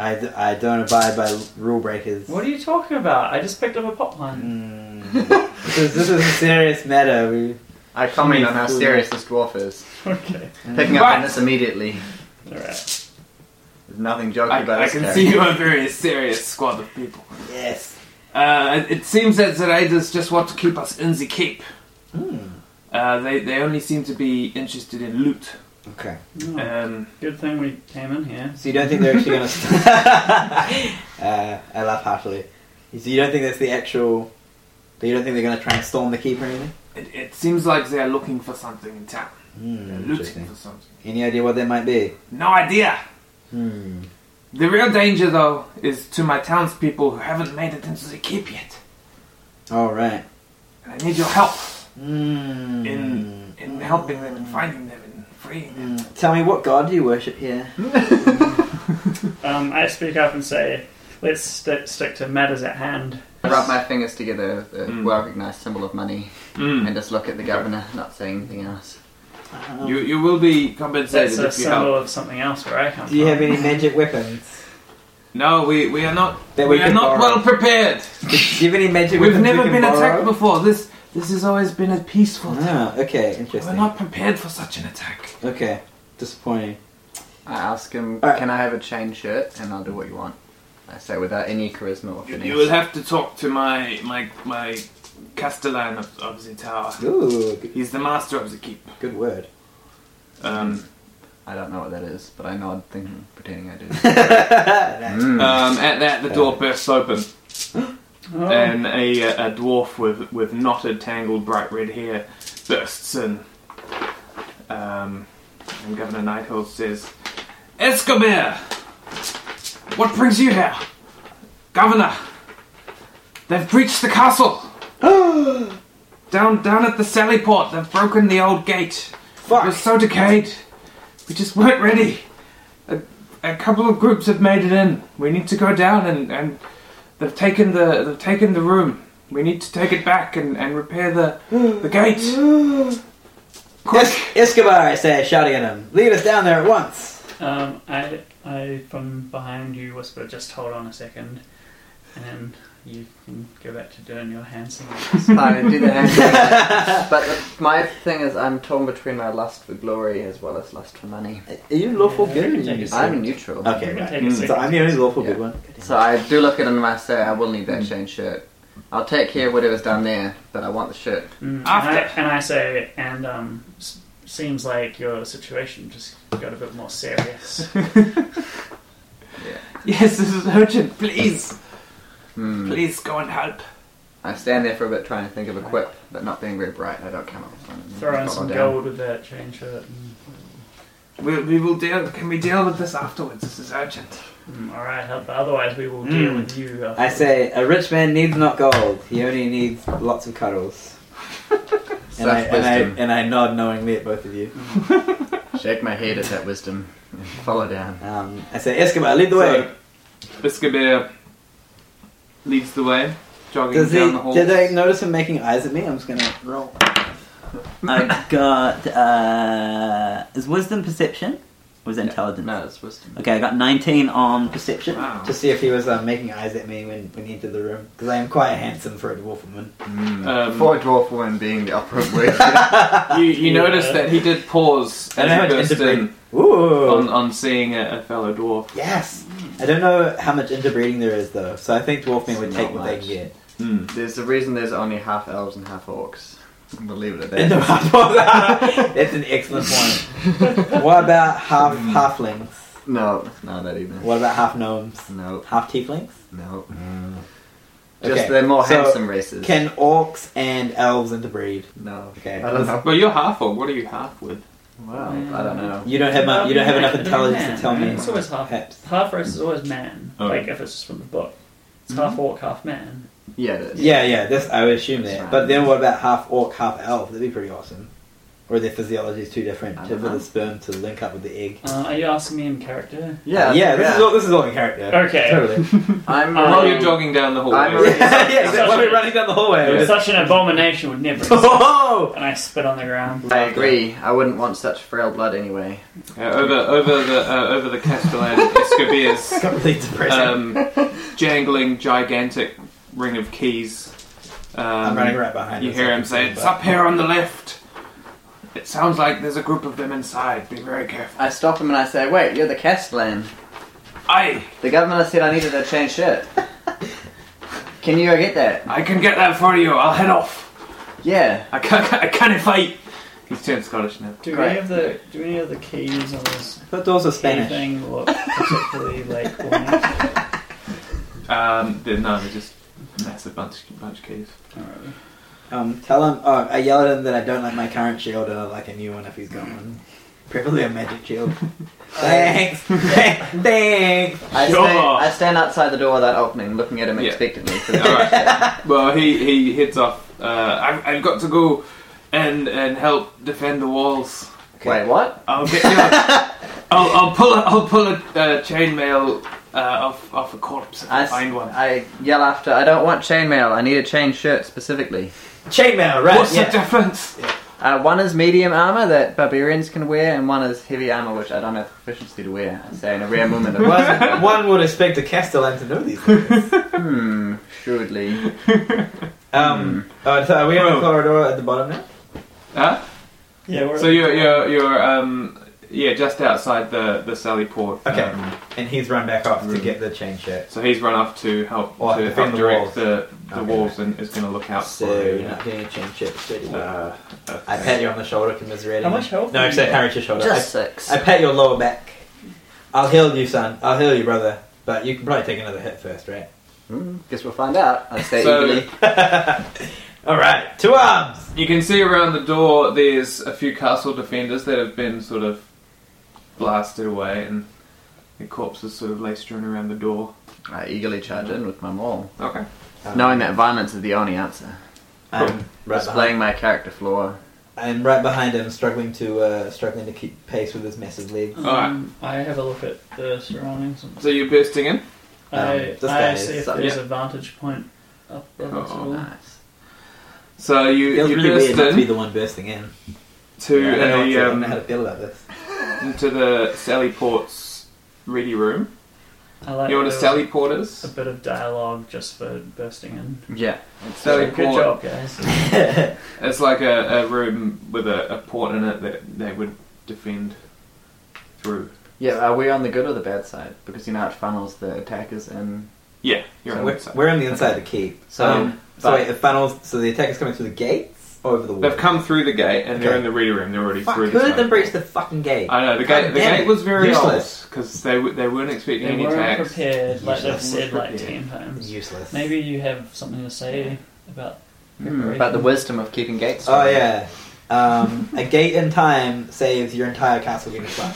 [SPEAKER 3] I, d- I don't abide by rule breakers.
[SPEAKER 2] What are you talking about? I just picked up a pot plant.
[SPEAKER 3] Mm. this, is, this is a serious matter. We,
[SPEAKER 4] I comment on how serious this dwarf is.
[SPEAKER 2] Okay.
[SPEAKER 4] Picking up on
[SPEAKER 1] Right.
[SPEAKER 4] this immediately.
[SPEAKER 2] All right.
[SPEAKER 4] There's nothing joking
[SPEAKER 1] I,
[SPEAKER 4] about
[SPEAKER 1] I
[SPEAKER 4] this
[SPEAKER 1] can
[SPEAKER 4] guy.
[SPEAKER 1] see you are a very serious squad of people.
[SPEAKER 3] yes.
[SPEAKER 1] Uh, it seems that the raiders just want to keep us in the keep.
[SPEAKER 3] Hmm,
[SPEAKER 1] Uh, they, they only seem to be interested in loot.
[SPEAKER 3] Okay.
[SPEAKER 2] No,
[SPEAKER 1] Um,
[SPEAKER 2] Uh, Good thing we came in here.
[SPEAKER 3] So you don't think they're actually going to? uh, I laugh heartily. So you don't think that's the actual? You don't think they're going to try and storm the keep or anything?
[SPEAKER 1] it, it seems like they are looking for something in town. They're looting
[SPEAKER 3] Hmm, interesting.
[SPEAKER 1] for something.
[SPEAKER 3] Any idea what that might be?
[SPEAKER 1] No idea.
[SPEAKER 3] Hmm.
[SPEAKER 1] The real danger, though, is to my townspeople who haven't made it into the keep yet.
[SPEAKER 3] All Oh, right.
[SPEAKER 1] And I need your help.
[SPEAKER 3] Mm.
[SPEAKER 1] in in helping them and finding them and freeing them.
[SPEAKER 3] Mm. Tell me, what god do you worship here?
[SPEAKER 2] Um, I speak up and say, let's st- stick to matters at hand.
[SPEAKER 6] Rub my fingers together, a
[SPEAKER 1] Mm.
[SPEAKER 6] well-recognized symbol of money, and
[SPEAKER 1] Mm.
[SPEAKER 3] Hmm.
[SPEAKER 6] just look at the governor, not saying anything else.
[SPEAKER 1] You you will be
[SPEAKER 2] That's
[SPEAKER 1] compensated
[SPEAKER 2] a
[SPEAKER 1] if you
[SPEAKER 2] symbol
[SPEAKER 1] help.
[SPEAKER 2] of something else where I come
[SPEAKER 3] Do you
[SPEAKER 2] from.
[SPEAKER 3] have any magic weapons?
[SPEAKER 1] No, we we are not.
[SPEAKER 3] That we
[SPEAKER 1] we are
[SPEAKER 3] can
[SPEAKER 1] not
[SPEAKER 3] borrow.
[SPEAKER 1] well prepared.
[SPEAKER 3] Do you have any magic
[SPEAKER 1] We've
[SPEAKER 3] weapons we
[SPEAKER 1] never
[SPEAKER 3] can
[SPEAKER 1] been
[SPEAKER 3] borrow?
[SPEAKER 1] attacked before. This this has always been a peaceful town.
[SPEAKER 3] Ah, okay,
[SPEAKER 1] We're
[SPEAKER 3] interesting.
[SPEAKER 1] not prepared for such an attack.
[SPEAKER 3] Okay, disappointing.
[SPEAKER 6] I ask him,
[SPEAKER 3] Alright.
[SPEAKER 6] "Can I have a chain shirt?" And I'll do what you want. I say without any charisma or
[SPEAKER 1] You,
[SPEAKER 6] finesse.
[SPEAKER 1] you will have to talk to my my my castellan of, of the tower.
[SPEAKER 3] Ooh, good,
[SPEAKER 1] He's the master of the keep.
[SPEAKER 3] good word.
[SPEAKER 1] Um,
[SPEAKER 6] I don't know what that is, but I nod, thinking, pretending I do.
[SPEAKER 3] Nice.
[SPEAKER 6] Mm.
[SPEAKER 1] um, at that, the door bursts open,
[SPEAKER 2] Oh,
[SPEAKER 1] and a, uh, a dwarf with with knotted, tangled, bright red hair bursts in. Um, and Governor Nighthill says, "Escobar, what brings you here, Governor? They've breached the castle. down down at the sally port, they've broken the old gate." It
[SPEAKER 3] Fuck!
[SPEAKER 1] was so decayed. We just weren't ready. A, a couple of groups have made it in. We need to go down and, and they've taken the they've taken the room. We need to take it back and, and repair the the gate.
[SPEAKER 3] Es-
[SPEAKER 1] Quick!
[SPEAKER 3] Escobar, I say, shouting at him. Lead us down there at once.
[SPEAKER 2] Um, I, I, from behind you, whisper, just hold on a second, and then you can go back to doing your hand signals. Mm,
[SPEAKER 6] Fine, do the hand. but the- my thing is, I'm torn between my lust for glory as well as lust for money.
[SPEAKER 3] Are you lawful
[SPEAKER 2] Yeah,
[SPEAKER 3] good?
[SPEAKER 2] we
[SPEAKER 3] Or
[SPEAKER 2] can
[SPEAKER 3] you
[SPEAKER 2] take
[SPEAKER 3] just-
[SPEAKER 2] it.
[SPEAKER 6] I'm neutral.
[SPEAKER 3] Okay,
[SPEAKER 2] You can
[SPEAKER 3] right.
[SPEAKER 2] take a
[SPEAKER 3] So I'm
[SPEAKER 2] second.
[SPEAKER 3] the only lawful good
[SPEAKER 6] Yeah.
[SPEAKER 3] one.
[SPEAKER 6] So I do look at him and I say, I will need that chain shirt. I'll take care of whatever's down there, but I want the shirt.
[SPEAKER 2] Mm, And, I,
[SPEAKER 1] After-
[SPEAKER 2] and I say, and um, s- seems like your situation just got a bit more serious.
[SPEAKER 1] Yes, this is urgent. Please,
[SPEAKER 6] Hmm.
[SPEAKER 1] please go and help.
[SPEAKER 6] I stand there for a bit trying to think of a quip, but not being very bright. I don't come up with one.
[SPEAKER 2] Throw in
[SPEAKER 6] Got
[SPEAKER 2] some
[SPEAKER 6] one down.
[SPEAKER 2] gold with that chain shirt. And,
[SPEAKER 1] We, we will deal. Can we deal with this afterwards? This is urgent.
[SPEAKER 2] mm, all right, help, otherwise we will deal
[SPEAKER 3] Mm.
[SPEAKER 2] with you. Uh,
[SPEAKER 3] I say, a rich man needs not gold. He only needs lots of cuddles. and, I,
[SPEAKER 6] Such
[SPEAKER 3] and, I,
[SPEAKER 6] wisdom.
[SPEAKER 3] and I nod knowingly at both of you.
[SPEAKER 6] Shake my head at that wisdom. and Follow down.
[SPEAKER 3] Um, I say, Escobar, lead the way.
[SPEAKER 1] So, Escobar leads the way, jogging
[SPEAKER 3] Does
[SPEAKER 1] down
[SPEAKER 3] he,
[SPEAKER 1] the hall.
[SPEAKER 3] did I notice him making eyes at me? I'm just gonna roll. I got, uh, is wisdom perception? Or is it intelligence?
[SPEAKER 6] No, it's wisdom.
[SPEAKER 7] Okay, I got 19 on perception.
[SPEAKER 1] Wow.
[SPEAKER 3] To see if he was uh, making eyes at me when, when he entered the room. Because I am quite handsome for a dwarf woman.
[SPEAKER 1] Um,
[SPEAKER 6] For a dwarf woman being the operative word.
[SPEAKER 1] You, you
[SPEAKER 2] Yeah.
[SPEAKER 1] noticed that he did pause
[SPEAKER 3] I
[SPEAKER 1] as
[SPEAKER 3] don't know
[SPEAKER 1] he
[SPEAKER 3] how to
[SPEAKER 1] burst
[SPEAKER 3] integrate.
[SPEAKER 1] in
[SPEAKER 3] Ooh!
[SPEAKER 1] on, on seeing a, a fellow dwarf.
[SPEAKER 3] yes! I don't know how much interbreeding there is though, so I think dwarf men would
[SPEAKER 6] Not
[SPEAKER 3] take what they
[SPEAKER 6] much.
[SPEAKER 3] can get.
[SPEAKER 6] There's a reason there's only half elves and half orcs. We'll leave it at
[SPEAKER 3] In the
[SPEAKER 6] that.
[SPEAKER 3] That's an excellent point. what about half halflings?
[SPEAKER 6] No, not that either.
[SPEAKER 3] What about half gnomes?
[SPEAKER 6] No,
[SPEAKER 3] Half tieflings?
[SPEAKER 6] no.
[SPEAKER 3] Okay,
[SPEAKER 6] Just they're more
[SPEAKER 3] so
[SPEAKER 6] handsome races.
[SPEAKER 3] Can orcs and elves interbreed?
[SPEAKER 6] No.
[SPEAKER 3] Okay.
[SPEAKER 6] I don't know.
[SPEAKER 1] Well, you're half orc. What are you half with?
[SPEAKER 6] Wow. I don't know.
[SPEAKER 3] You don't have mu- you don't have enough intelligence
[SPEAKER 2] man,
[SPEAKER 3] to tell
[SPEAKER 2] right?
[SPEAKER 3] me.
[SPEAKER 2] It's always half.
[SPEAKER 3] Perhaps.
[SPEAKER 2] Half race is always man.
[SPEAKER 1] Oh. Mm-hmm.
[SPEAKER 2] Like if it's just from the book, it's half orc, half man.
[SPEAKER 6] Yeah, it is.
[SPEAKER 3] Yeah, yeah. This I would assume
[SPEAKER 6] That's
[SPEAKER 3] that.
[SPEAKER 6] right.
[SPEAKER 3] But then what about half orc, half elf? That'd be pretty awesome. Or their physiology is too different
[SPEAKER 6] I
[SPEAKER 3] to,
[SPEAKER 6] don't
[SPEAKER 3] for
[SPEAKER 6] know.
[SPEAKER 3] the sperm to link up with the egg. Uh,
[SPEAKER 2] Uh, are you asking me in character?
[SPEAKER 6] Yeah,
[SPEAKER 3] yeah. This is all this is all in character.
[SPEAKER 2] Okay.
[SPEAKER 3] Totally.
[SPEAKER 6] I'm.
[SPEAKER 2] Um,
[SPEAKER 1] While you're jogging down the hallway.
[SPEAKER 6] I'm already-
[SPEAKER 3] yeah, yeah.
[SPEAKER 2] Such
[SPEAKER 3] Exactly. While
[SPEAKER 2] a-
[SPEAKER 3] we're running down the hallway. we're just-
[SPEAKER 2] Such an abomination would never. exist.
[SPEAKER 3] Oh!
[SPEAKER 2] and I spit on the ground.
[SPEAKER 6] I agree. I wouldn't want such frail blood anyway.
[SPEAKER 1] Uh, over over the uh, over the Castellan Escobar's
[SPEAKER 3] Got really depressing.
[SPEAKER 1] um, jangling gigantic ring of keys. Um,
[SPEAKER 3] I'm running right behind.
[SPEAKER 1] You
[SPEAKER 3] us,
[SPEAKER 1] hear
[SPEAKER 3] I
[SPEAKER 1] him
[SPEAKER 3] can
[SPEAKER 1] say,
[SPEAKER 3] see,
[SPEAKER 1] "It's
[SPEAKER 3] but-
[SPEAKER 1] up here on the left." It sounds like there's a group of them inside. Be very careful.
[SPEAKER 6] I stop him and I say, "Wait, you're the castellan.
[SPEAKER 1] I
[SPEAKER 6] The governor said I needed a change shirt. Can you go get that?
[SPEAKER 1] I can get that for you. I'll head off.
[SPEAKER 6] Yeah.
[SPEAKER 1] I can't I can't fight. He's turned Scottish now.
[SPEAKER 2] Do
[SPEAKER 6] Great.
[SPEAKER 2] any of the do any of the keys on this
[SPEAKER 3] But also Spanish.
[SPEAKER 2] anything look particularly like ornate?
[SPEAKER 1] Um, they're, no, they're just a massive bunch, bunch of keys.
[SPEAKER 2] Alright.
[SPEAKER 3] Um, tell him. Oh, I yelled at him that I don't like my current shield and I like a new one if he's got one. Preferably a magic shield. Thanks. Thanks.
[SPEAKER 6] I,
[SPEAKER 1] Sure.
[SPEAKER 6] stand, I stand outside the door without opening, looking at him
[SPEAKER 1] Yeah.
[SPEAKER 6] expectantly. For the
[SPEAKER 1] All right. Well, he he heads off. Uh, I've, I've got to go and and help defend the walls.
[SPEAKER 3] Okay.
[SPEAKER 6] Wait, what?
[SPEAKER 1] I'll get you. a- I'll, I'll pull. A, I'll pull a uh, chainmail uh, off off a corpse if I,
[SPEAKER 6] I s-
[SPEAKER 1] find one.
[SPEAKER 6] I yell after, I don't want chainmail, I need a chain shirt specifically.
[SPEAKER 3] Chainmail, right?
[SPEAKER 1] What's
[SPEAKER 3] yeah.
[SPEAKER 1] the difference?
[SPEAKER 6] Uh, one is medium armor that barbarians can wear, and one is heavy armor which I don't have proficiency to wear. I say in a rare moment of
[SPEAKER 3] One, one would expect a Castellan to know these things.
[SPEAKER 6] hmm, assuredly.
[SPEAKER 3] Um, uh, so are we on the
[SPEAKER 1] Bro.
[SPEAKER 3] corridor at the bottom now?
[SPEAKER 1] Huh?
[SPEAKER 2] Yeah, we're
[SPEAKER 1] So you're you're you're um yeah just outside the the Sally Port.
[SPEAKER 3] Okay.
[SPEAKER 1] um,
[SPEAKER 3] And he's run back off
[SPEAKER 2] Hmm.
[SPEAKER 3] to
[SPEAKER 1] Room.
[SPEAKER 3] get the chain shirt.
[SPEAKER 1] so he's run off to help
[SPEAKER 3] Or
[SPEAKER 1] to
[SPEAKER 3] defend
[SPEAKER 1] help
[SPEAKER 3] the
[SPEAKER 1] direct
[SPEAKER 3] walls.
[SPEAKER 1] the the
[SPEAKER 3] Okay.
[SPEAKER 1] wolves and is going to look out
[SPEAKER 3] So
[SPEAKER 1] for.
[SPEAKER 3] you're not getting a chain shirt straight away.
[SPEAKER 1] Uh,
[SPEAKER 3] I pat you on the shoulder, commiserating.
[SPEAKER 2] How much health do
[SPEAKER 3] No,
[SPEAKER 2] you
[SPEAKER 3] actually, I
[SPEAKER 2] have?
[SPEAKER 3] carry your shoulder.
[SPEAKER 6] Just six.
[SPEAKER 3] I, I pat your lower back. I'll heal you, son. I'll heal you, brother. But you can probably take another hit first, right?
[SPEAKER 6] Hmm, guess we'll find out. I say
[SPEAKER 1] So-
[SPEAKER 6] eagerly.
[SPEAKER 3] All right, two arms.
[SPEAKER 1] You can see around the door there's a few castle defenders that have been sort of blasted away and the corpses sort of lay strewn around the door.
[SPEAKER 6] I eagerly charge in with my maul,
[SPEAKER 1] Okay.
[SPEAKER 6] knowing that violence is the only answer.
[SPEAKER 3] I'm right behind,
[SPEAKER 6] Displaying my character flaw.
[SPEAKER 3] I'm right behind him, struggling to uh, struggling to keep pace with his massive legs.
[SPEAKER 2] Um, I have a look at the surroundings. And
[SPEAKER 1] So um, you're bursting in?
[SPEAKER 2] I,
[SPEAKER 3] this guy
[SPEAKER 2] I
[SPEAKER 3] is
[SPEAKER 2] see if
[SPEAKER 6] such-
[SPEAKER 2] there's a vantage point up above us at
[SPEAKER 1] Oh,
[SPEAKER 2] all.
[SPEAKER 6] Nice.
[SPEAKER 1] So you,
[SPEAKER 3] Feels
[SPEAKER 1] you
[SPEAKER 3] really weird not
[SPEAKER 1] burst
[SPEAKER 3] to be
[SPEAKER 1] in
[SPEAKER 3] the one bursting in.
[SPEAKER 1] to,
[SPEAKER 3] I don't know, what
[SPEAKER 1] a,
[SPEAKER 3] to- I don't
[SPEAKER 1] um,
[SPEAKER 3] know how to feel about this.
[SPEAKER 1] into the Sally Port's ready room.
[SPEAKER 2] I
[SPEAKER 3] Uh,
[SPEAKER 2] like
[SPEAKER 1] You know what a
[SPEAKER 2] the-
[SPEAKER 1] Sally Port
[SPEAKER 2] a
[SPEAKER 1] is?
[SPEAKER 2] bit of dialogue just for bursting in.
[SPEAKER 6] Yeah.
[SPEAKER 1] Sally
[SPEAKER 2] Good
[SPEAKER 1] Port
[SPEAKER 2] job, guys.
[SPEAKER 1] It's like a, a room with a, a port in it that they would defend through.
[SPEAKER 6] Yeah, are we on the good or the bad side? Because you know how it funnels the attackers in.
[SPEAKER 1] Yeah, you're
[SPEAKER 3] So
[SPEAKER 1] on
[SPEAKER 3] we're,
[SPEAKER 1] that side.
[SPEAKER 3] we're on the inside of the keep.
[SPEAKER 6] So,
[SPEAKER 3] um, so
[SPEAKER 6] but-
[SPEAKER 3] wait, it funnels. So the attack is coming through the gates or over the wall.
[SPEAKER 1] They've come through the gate and they're
[SPEAKER 3] Okay.
[SPEAKER 1] in the ready room. They're already
[SPEAKER 3] Fuck,
[SPEAKER 1] through the
[SPEAKER 3] who let
[SPEAKER 1] side.
[SPEAKER 3] them breach the fucking gate?
[SPEAKER 1] I know the
[SPEAKER 3] God
[SPEAKER 1] gate. The
[SPEAKER 3] damn it.
[SPEAKER 1] gate was very
[SPEAKER 3] Useless.
[SPEAKER 1] useless because they w- they weren't expecting
[SPEAKER 2] They
[SPEAKER 1] any
[SPEAKER 2] weren't
[SPEAKER 1] attacks.
[SPEAKER 2] prepared, like they've
[SPEAKER 3] Useless.
[SPEAKER 2] said like
[SPEAKER 3] Prepared.
[SPEAKER 2] ten times.
[SPEAKER 3] Useless.
[SPEAKER 2] Maybe you have something to say about preparation.
[SPEAKER 6] hmm, About the wisdom of keeping gates.
[SPEAKER 3] Oh
[SPEAKER 6] open.
[SPEAKER 3] yeah. Um, a gate in time saves your entire castle getting flat.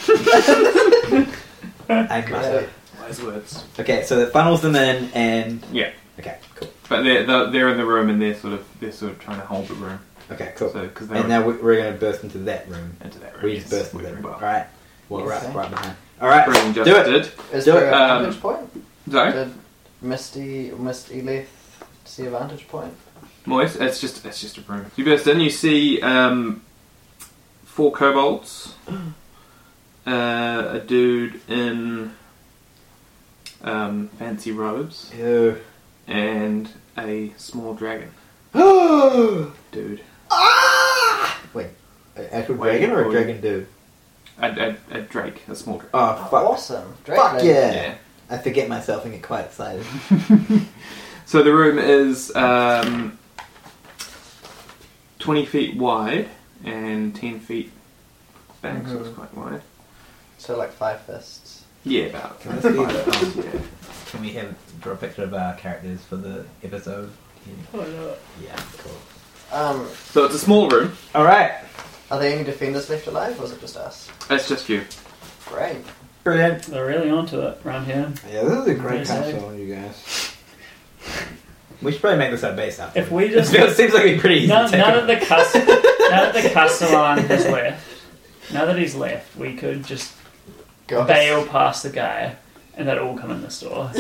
[SPEAKER 3] I must.
[SPEAKER 1] Wise words.
[SPEAKER 3] Okay, so it funnels them in, and
[SPEAKER 1] Yeah,
[SPEAKER 3] okay, cool.
[SPEAKER 1] but they're, they're they're in the room and they're sort of they're sort of trying to hold the room.
[SPEAKER 3] Okay, cool.
[SPEAKER 1] So because they
[SPEAKER 3] and
[SPEAKER 1] were
[SPEAKER 3] now we- we're going to burst into that room.
[SPEAKER 1] into that room.
[SPEAKER 3] We just burst into
[SPEAKER 1] we're
[SPEAKER 3] that room.
[SPEAKER 1] well.
[SPEAKER 3] All right. Well,
[SPEAKER 6] Yes,
[SPEAKER 3] right,
[SPEAKER 6] sir.
[SPEAKER 3] right behind. All right,
[SPEAKER 1] Room just
[SPEAKER 3] do it.
[SPEAKER 1] did.
[SPEAKER 6] Is
[SPEAKER 3] Do
[SPEAKER 6] there
[SPEAKER 3] it.
[SPEAKER 6] a
[SPEAKER 1] Um,
[SPEAKER 6] vantage point?
[SPEAKER 1] Sorry,
[SPEAKER 6] Did Misty, Misty left see a vantage point?
[SPEAKER 1] Moist. It's just it's just a room. You burst in. You see um, four kobolds, uh, a dude in um, fancy robes,
[SPEAKER 3] Ew.
[SPEAKER 1] and a small dragon dude.
[SPEAKER 3] An actual
[SPEAKER 1] Wait,
[SPEAKER 3] dragon or Ah! a
[SPEAKER 1] wait.
[SPEAKER 3] dragon dude?
[SPEAKER 1] A, a, a drake, a small drake.
[SPEAKER 3] Oh fuck!
[SPEAKER 6] Awesome. Drake
[SPEAKER 3] Fuck
[SPEAKER 6] lady.
[SPEAKER 3] yeah. I forget myself and get quite excited.
[SPEAKER 1] So the room is um, 20 feet wide and 10 feet back, so it's quite wide.
[SPEAKER 6] So like five fists.
[SPEAKER 1] Yeah, about
[SPEAKER 3] Can this be
[SPEAKER 1] five
[SPEAKER 3] the-
[SPEAKER 1] pounds, yeah.
[SPEAKER 3] um, Can we have draw a picture of our characters for the episode?
[SPEAKER 2] Oh,
[SPEAKER 3] Yeah, cool.
[SPEAKER 6] Um,
[SPEAKER 1] So it's a small room.
[SPEAKER 3] All right,
[SPEAKER 6] are there any defenders left alive, or is it just us?
[SPEAKER 1] That's just you.
[SPEAKER 6] Great.
[SPEAKER 3] brilliant.
[SPEAKER 2] They're really onto it around here.
[SPEAKER 3] Yeah, this is a
[SPEAKER 2] great Amazing.
[SPEAKER 3] on you guys. We should probably make this our base after.
[SPEAKER 2] If we just
[SPEAKER 3] it seems like it'd be pretty easy.
[SPEAKER 2] now,
[SPEAKER 3] to take
[SPEAKER 2] now
[SPEAKER 3] over.
[SPEAKER 2] that the cast, now that the Castellan has left, now that he's left, we could just
[SPEAKER 6] Go.
[SPEAKER 2] bail past the guy, and that all come in this door. they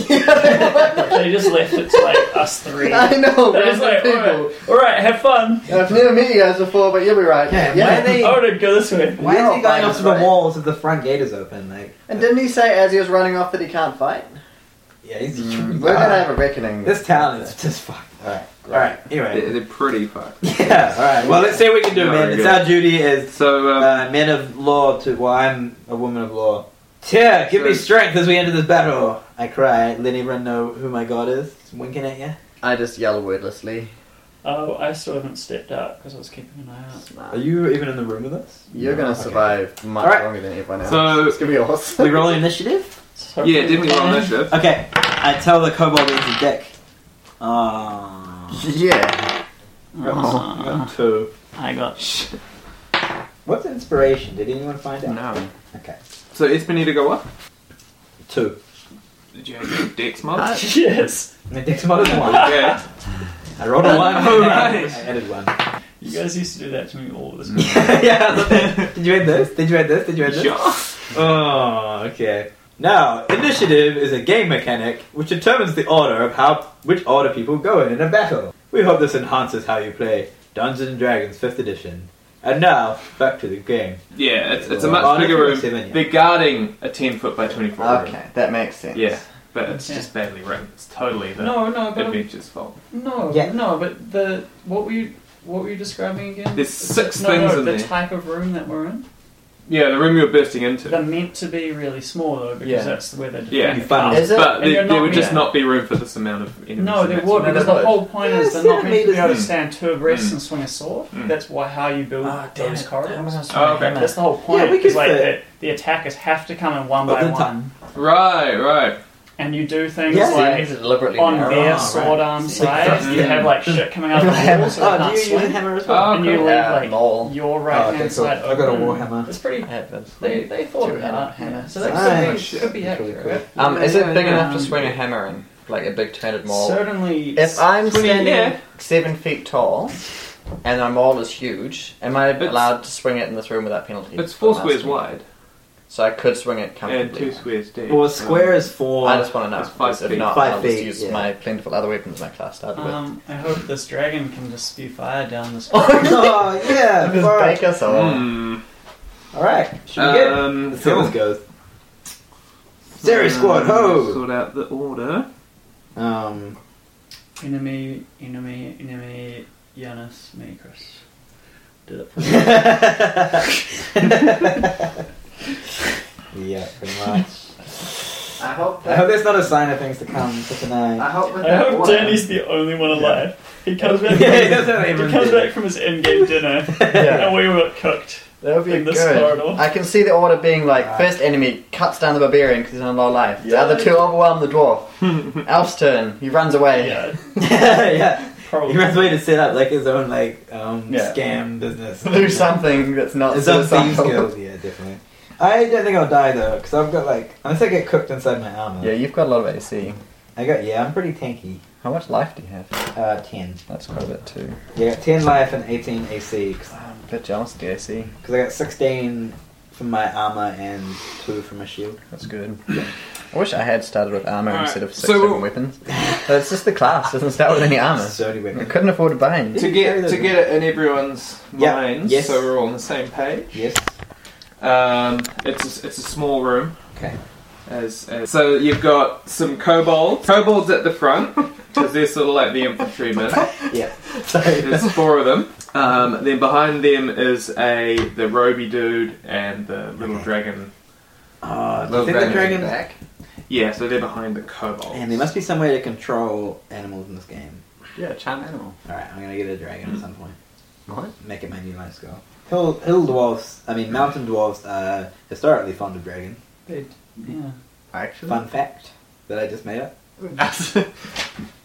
[SPEAKER 2] just left it to like us three.
[SPEAKER 6] I know.
[SPEAKER 2] They're
[SPEAKER 6] There's
[SPEAKER 2] just like, all
[SPEAKER 6] people.
[SPEAKER 2] right, all right, have fun.
[SPEAKER 6] I've never met you guys before, but you'll be right.
[SPEAKER 3] Yeah,
[SPEAKER 6] Yeah.
[SPEAKER 3] why are they?
[SPEAKER 2] Oh no, go this way.
[SPEAKER 3] Why is
[SPEAKER 6] You're
[SPEAKER 3] he going
[SPEAKER 6] fine,
[SPEAKER 3] up
[SPEAKER 6] it's
[SPEAKER 3] to the
[SPEAKER 6] right.
[SPEAKER 3] walls if the front gate is open? Like,
[SPEAKER 6] And didn't he say as he was running off that he can't fight?
[SPEAKER 3] yeah, he's.
[SPEAKER 6] We're gonna have a reckoning.
[SPEAKER 3] This town is just fucked. All right, all right.
[SPEAKER 1] They're,
[SPEAKER 3] Anyway,
[SPEAKER 1] they're pretty fucked.
[SPEAKER 3] yeah, all right. Well, let's see what we can do,
[SPEAKER 1] Not
[SPEAKER 3] man.
[SPEAKER 1] very
[SPEAKER 3] It's
[SPEAKER 1] good.
[SPEAKER 3] our duty as
[SPEAKER 1] So um,
[SPEAKER 3] uh, men of law to. Well, I'm a woman of law. Tear, give me
[SPEAKER 1] Good.
[SPEAKER 3] strength as we enter this battle. I cry, letting everyone know who my god is. He's winking at you.
[SPEAKER 6] I just yell wordlessly.
[SPEAKER 2] Oh, I still haven't stepped out because I was keeping an eye out.
[SPEAKER 3] Are you even in the room with us?
[SPEAKER 6] You're gonna
[SPEAKER 3] Okay.
[SPEAKER 6] survive much
[SPEAKER 3] Alright.
[SPEAKER 6] longer than everyone else.
[SPEAKER 1] So-
[SPEAKER 6] it's gonna be
[SPEAKER 3] We
[SPEAKER 6] awesome.
[SPEAKER 3] roll initiative.
[SPEAKER 2] So
[SPEAKER 1] yeah, definitely roll initiative.
[SPEAKER 3] Okay, I tell the kobold he's a dick. Oh,
[SPEAKER 6] yeah.
[SPEAKER 3] I got two.
[SPEAKER 2] Oh, I got.
[SPEAKER 3] What's inspiration? Did anyone find out?
[SPEAKER 6] No.
[SPEAKER 3] Okay,
[SPEAKER 1] So Espinita go up.
[SPEAKER 3] two.
[SPEAKER 1] Did you have your dex mod?
[SPEAKER 2] Yes.
[SPEAKER 3] My dick's more than one. Oh,
[SPEAKER 1] Okay.
[SPEAKER 3] I rolled a one.
[SPEAKER 1] Alright.
[SPEAKER 3] I added one.
[SPEAKER 2] You guys used to do that to me all the time.
[SPEAKER 3] yeah, I love that. Did you add this? Did you add this? Did you add this?
[SPEAKER 1] Sure.
[SPEAKER 3] Oh, okay. Now, initiative is a game mechanic which determines the order of how which order people go in in a battle. We hope this enhances how you play Dungeons and Dragons 5th edition. And now, back to the game.
[SPEAKER 1] Yeah, it's, it's a
[SPEAKER 3] Oh,
[SPEAKER 1] much bigger
[SPEAKER 3] no,
[SPEAKER 1] room.
[SPEAKER 3] it's seven, yeah.
[SPEAKER 1] They're guarding a 10 foot by 24 room.
[SPEAKER 6] Okay, that makes sense.
[SPEAKER 1] Yeah, but it's
[SPEAKER 2] Yeah.
[SPEAKER 1] just badly written. It's totally the
[SPEAKER 2] No, no, but I'm-
[SPEAKER 1] adventure's fault.
[SPEAKER 2] no,
[SPEAKER 3] Yeah.
[SPEAKER 2] no, but the what were you what were you describing again?
[SPEAKER 1] There's six
[SPEAKER 2] no,
[SPEAKER 1] things
[SPEAKER 2] no,
[SPEAKER 1] in
[SPEAKER 2] the
[SPEAKER 1] there.
[SPEAKER 2] type of room that we're in.
[SPEAKER 1] Yeah, the room you were bursting into.
[SPEAKER 2] They're meant to be really small though, because
[SPEAKER 6] Yeah.
[SPEAKER 2] that's where they defend
[SPEAKER 1] Yeah.
[SPEAKER 2] the
[SPEAKER 3] You funnel.
[SPEAKER 2] cast.
[SPEAKER 6] Is it?
[SPEAKER 1] but
[SPEAKER 2] And
[SPEAKER 1] there,
[SPEAKER 2] you're
[SPEAKER 1] there
[SPEAKER 2] not-
[SPEAKER 1] would just
[SPEAKER 2] yeah.
[SPEAKER 1] not be room for this amount of enemies.
[SPEAKER 2] No,
[SPEAKER 1] in
[SPEAKER 2] there
[SPEAKER 1] that
[SPEAKER 2] would
[SPEAKER 1] sort of-
[SPEAKER 2] because the whole point is they're not meant to be able to
[SPEAKER 3] centimeters.
[SPEAKER 2] stand two abreast
[SPEAKER 1] Mm.
[SPEAKER 2] and swing a sword.
[SPEAKER 1] Mm.
[SPEAKER 2] That's why how you build
[SPEAKER 6] Ah, damn
[SPEAKER 2] those
[SPEAKER 6] it.
[SPEAKER 2] corridors.
[SPEAKER 1] Oh, okay.
[SPEAKER 2] That's the whole point.
[SPEAKER 3] Yeah, we
[SPEAKER 2] is
[SPEAKER 3] could
[SPEAKER 2] like
[SPEAKER 3] fit-
[SPEAKER 2] the, the attackers have to come in one by
[SPEAKER 3] Other
[SPEAKER 2] one,
[SPEAKER 3] time.
[SPEAKER 1] Right, right.
[SPEAKER 2] and you do things
[SPEAKER 3] Yeah.
[SPEAKER 6] So you
[SPEAKER 2] like
[SPEAKER 6] need to deliberately
[SPEAKER 2] on
[SPEAKER 6] narrow
[SPEAKER 2] their
[SPEAKER 6] it.
[SPEAKER 2] sword arm
[SPEAKER 6] So you
[SPEAKER 2] side.
[SPEAKER 1] can't-
[SPEAKER 2] You have like shit coming out of the wall, so they
[SPEAKER 3] Oh,
[SPEAKER 2] can't
[SPEAKER 3] do you use a
[SPEAKER 2] swing.
[SPEAKER 3] hammer as well?
[SPEAKER 1] Oh,
[SPEAKER 2] And you
[SPEAKER 1] cool.
[SPEAKER 2] leave
[SPEAKER 6] Yeah,
[SPEAKER 2] like
[SPEAKER 6] knoll.
[SPEAKER 2] your right
[SPEAKER 3] Oh,
[SPEAKER 2] hand
[SPEAKER 3] okay, cool.
[SPEAKER 2] side
[SPEAKER 3] I've
[SPEAKER 2] open.
[SPEAKER 3] got a warhammer.
[SPEAKER 2] It's pretty.
[SPEAKER 6] Happens.
[SPEAKER 2] They they thought
[SPEAKER 6] Two
[SPEAKER 2] it out.
[SPEAKER 6] hammer.
[SPEAKER 2] Yeah. So that
[SPEAKER 3] Nice.
[SPEAKER 2] could be, could be
[SPEAKER 3] That's really
[SPEAKER 2] accurate.
[SPEAKER 6] Um, is it big
[SPEAKER 2] Yeah.
[SPEAKER 6] enough to swing a hammer in, like a big turned maul?
[SPEAKER 2] Certainly.
[SPEAKER 6] if I'm standing
[SPEAKER 1] yeah.
[SPEAKER 6] seven feet tall and my maul is huge, am I
[SPEAKER 1] It's-
[SPEAKER 6] allowed to swing it in this room without penalty?
[SPEAKER 1] It's four
[SPEAKER 6] I'm
[SPEAKER 1] squares
[SPEAKER 6] asking.
[SPEAKER 1] wide
[SPEAKER 6] so I could swing it
[SPEAKER 1] and two
[SPEAKER 6] comfortably.
[SPEAKER 1] squares deep.
[SPEAKER 3] Well, a square is four.
[SPEAKER 6] I just want to know.
[SPEAKER 1] It's five
[SPEAKER 6] because
[SPEAKER 1] feet.
[SPEAKER 6] If not,
[SPEAKER 3] Five
[SPEAKER 6] I'll
[SPEAKER 3] feet,
[SPEAKER 6] just use
[SPEAKER 3] yeah.
[SPEAKER 6] my plentiful other weapons my class started with.
[SPEAKER 2] Um, I hope this dragon can just spew fire down this.
[SPEAKER 3] oh, yeah.
[SPEAKER 6] Just
[SPEAKER 3] fuck.
[SPEAKER 6] bake us all.
[SPEAKER 1] Hmm.
[SPEAKER 3] Alright. Should we get it?
[SPEAKER 1] Um,
[SPEAKER 3] Let's see how
[SPEAKER 1] cool.
[SPEAKER 3] this goes. Zeri squad,
[SPEAKER 1] Um,
[SPEAKER 3] ho!
[SPEAKER 1] Sort out the order.
[SPEAKER 3] Um,
[SPEAKER 2] enemy, enemy, enemy. Yanis, me, Chris. Did it.
[SPEAKER 3] yeah, pretty much.
[SPEAKER 6] I hope
[SPEAKER 3] I hope that's not a sign of things to come, such an eye.
[SPEAKER 6] hope with
[SPEAKER 2] I hope Danny's the only one alive. He comes back.
[SPEAKER 3] Yeah, he
[SPEAKER 2] from-
[SPEAKER 3] does have
[SPEAKER 2] he
[SPEAKER 3] everyone
[SPEAKER 2] comes
[SPEAKER 3] dead.
[SPEAKER 2] back from his endgame dinner, and we were cooked.
[SPEAKER 6] That would be
[SPEAKER 2] In this
[SPEAKER 6] good.
[SPEAKER 2] corridor.
[SPEAKER 6] I can see the order being like first enemy cuts down the barbarian because he's on low life. The other two overwhelm the dwarf. Elf's turn. He runs away.
[SPEAKER 2] Yeah,
[SPEAKER 3] yeah,
[SPEAKER 2] probably.
[SPEAKER 3] he runs away to set up like his own like um
[SPEAKER 6] Yeah.
[SPEAKER 3] scam business.
[SPEAKER 6] Do something that's not
[SPEAKER 3] His own thieves
[SPEAKER 6] suicidal.
[SPEAKER 3] guild. Yeah, definitely. I don't think I'll die though, because I've got like unless I get cooked inside my armor.
[SPEAKER 6] Yeah, you've got a lot of AC.
[SPEAKER 3] I got yeah, I'm pretty tanky.
[SPEAKER 6] How much life do you have?
[SPEAKER 3] Uh, ten.
[SPEAKER 6] That's quite a bit too.
[SPEAKER 3] Yeah, I got ten life and eighteen AC, because
[SPEAKER 6] I'm a bit jealous of the AC.
[SPEAKER 3] I got sixteen from my armor and two from my shield.
[SPEAKER 6] That's good. I wish I had started with armor
[SPEAKER 1] Alright,
[SPEAKER 6] instead of six
[SPEAKER 1] so-
[SPEAKER 6] different weapons. But it's just the class doesn't start with any armor.
[SPEAKER 3] So anyway,
[SPEAKER 6] I couldn't afford to bind.
[SPEAKER 1] To get to get it in everyone's
[SPEAKER 3] Yeah,
[SPEAKER 1] minds,
[SPEAKER 3] yes.
[SPEAKER 1] so we're all on the same page.
[SPEAKER 3] yes.
[SPEAKER 1] Um, it's a, it's a small room.
[SPEAKER 3] Okay.
[SPEAKER 1] As, as so you've got some kobolds. Kobolds at the front because they're sort of like the infantrymen.
[SPEAKER 3] Sorry.
[SPEAKER 1] There's four of them. Um, then behind them is a the roby dude and the little dragon.
[SPEAKER 3] Oh, do you
[SPEAKER 6] Little
[SPEAKER 3] think the dragon?
[SPEAKER 6] back.
[SPEAKER 1] Yeah, so they're behind the kobolds.
[SPEAKER 3] And there must be some way to control animals in this game.
[SPEAKER 7] Yeah, charm animal.
[SPEAKER 3] Alright, I'm gonna get a dragon at some point.
[SPEAKER 7] What?
[SPEAKER 3] Make it my new life goal. Hill, hill dwarves, I mean mountain dwarves are historically fond of dragon.
[SPEAKER 2] They- yeah.
[SPEAKER 7] Actually,
[SPEAKER 3] Fun fact that I just made up.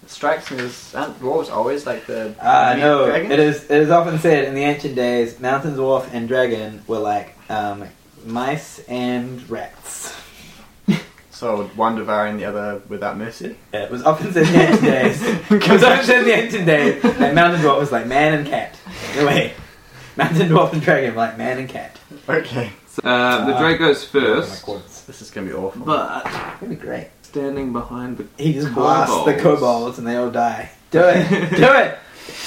[SPEAKER 7] strikes me as aren't dwarves always like the
[SPEAKER 3] Ah,
[SPEAKER 7] meat
[SPEAKER 3] no,
[SPEAKER 7] dragon?
[SPEAKER 3] it is it is often said in the ancient days, mountain dwarf and dragon were like um, mice and rats.
[SPEAKER 7] So one devouring the other without mercy.
[SPEAKER 3] It was often said in the ancient days. it was often said in the ancient days that mountain dwarf was like man and cat. Anyway, mountain dwarf and dragon were like man and cat.
[SPEAKER 7] Okay,
[SPEAKER 1] Uh,
[SPEAKER 3] Ah.
[SPEAKER 1] the drake goes first,
[SPEAKER 7] this is gonna be awful.
[SPEAKER 1] but
[SPEAKER 3] That'd be great.
[SPEAKER 1] standing behind the
[SPEAKER 3] He just blasts the
[SPEAKER 1] Kobolds.
[SPEAKER 3] kobolds and they all die. Do it! Do it!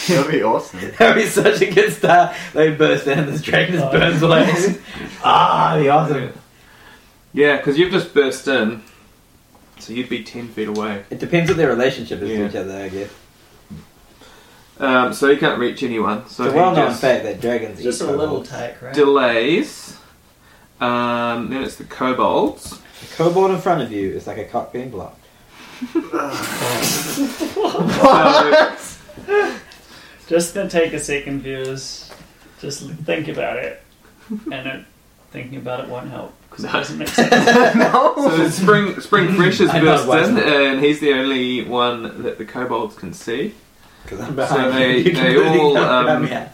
[SPEAKER 7] That'll be awesome.
[SPEAKER 3] That would be such a good start. They burst in and this dragon just burns away. ah, that'd be awesome.
[SPEAKER 1] yeah, because you've just burst in, so you'd be ten feet away.
[SPEAKER 3] It depends what their relationship is
[SPEAKER 1] Yeah.
[SPEAKER 3] to each other, I guess.
[SPEAKER 1] Um, so he can't reach anyone. So
[SPEAKER 3] it's a
[SPEAKER 1] he
[SPEAKER 3] well known
[SPEAKER 1] just
[SPEAKER 3] fact that dragons
[SPEAKER 2] Just
[SPEAKER 3] eat
[SPEAKER 2] a little
[SPEAKER 3] kobolds.
[SPEAKER 2] take, right?
[SPEAKER 1] delays. Um, then it's the kobolds.
[SPEAKER 3] A kobold in front of you is like a cock being blocked.
[SPEAKER 1] So,
[SPEAKER 2] Just gonna take a second, viewers. Just think about it, and it, thinking about it won't help because it doesn't make sense.
[SPEAKER 1] so spring spring fresh is
[SPEAKER 3] I know,
[SPEAKER 1] burst
[SPEAKER 3] why
[SPEAKER 1] in,
[SPEAKER 3] not?
[SPEAKER 1] and he's the only one that the kobolds can see.
[SPEAKER 3] Because I'm
[SPEAKER 1] So
[SPEAKER 3] behind
[SPEAKER 1] they-
[SPEAKER 3] you. you.
[SPEAKER 1] they
[SPEAKER 3] completely
[SPEAKER 1] all,
[SPEAKER 3] don't
[SPEAKER 1] um,
[SPEAKER 3] grab me out.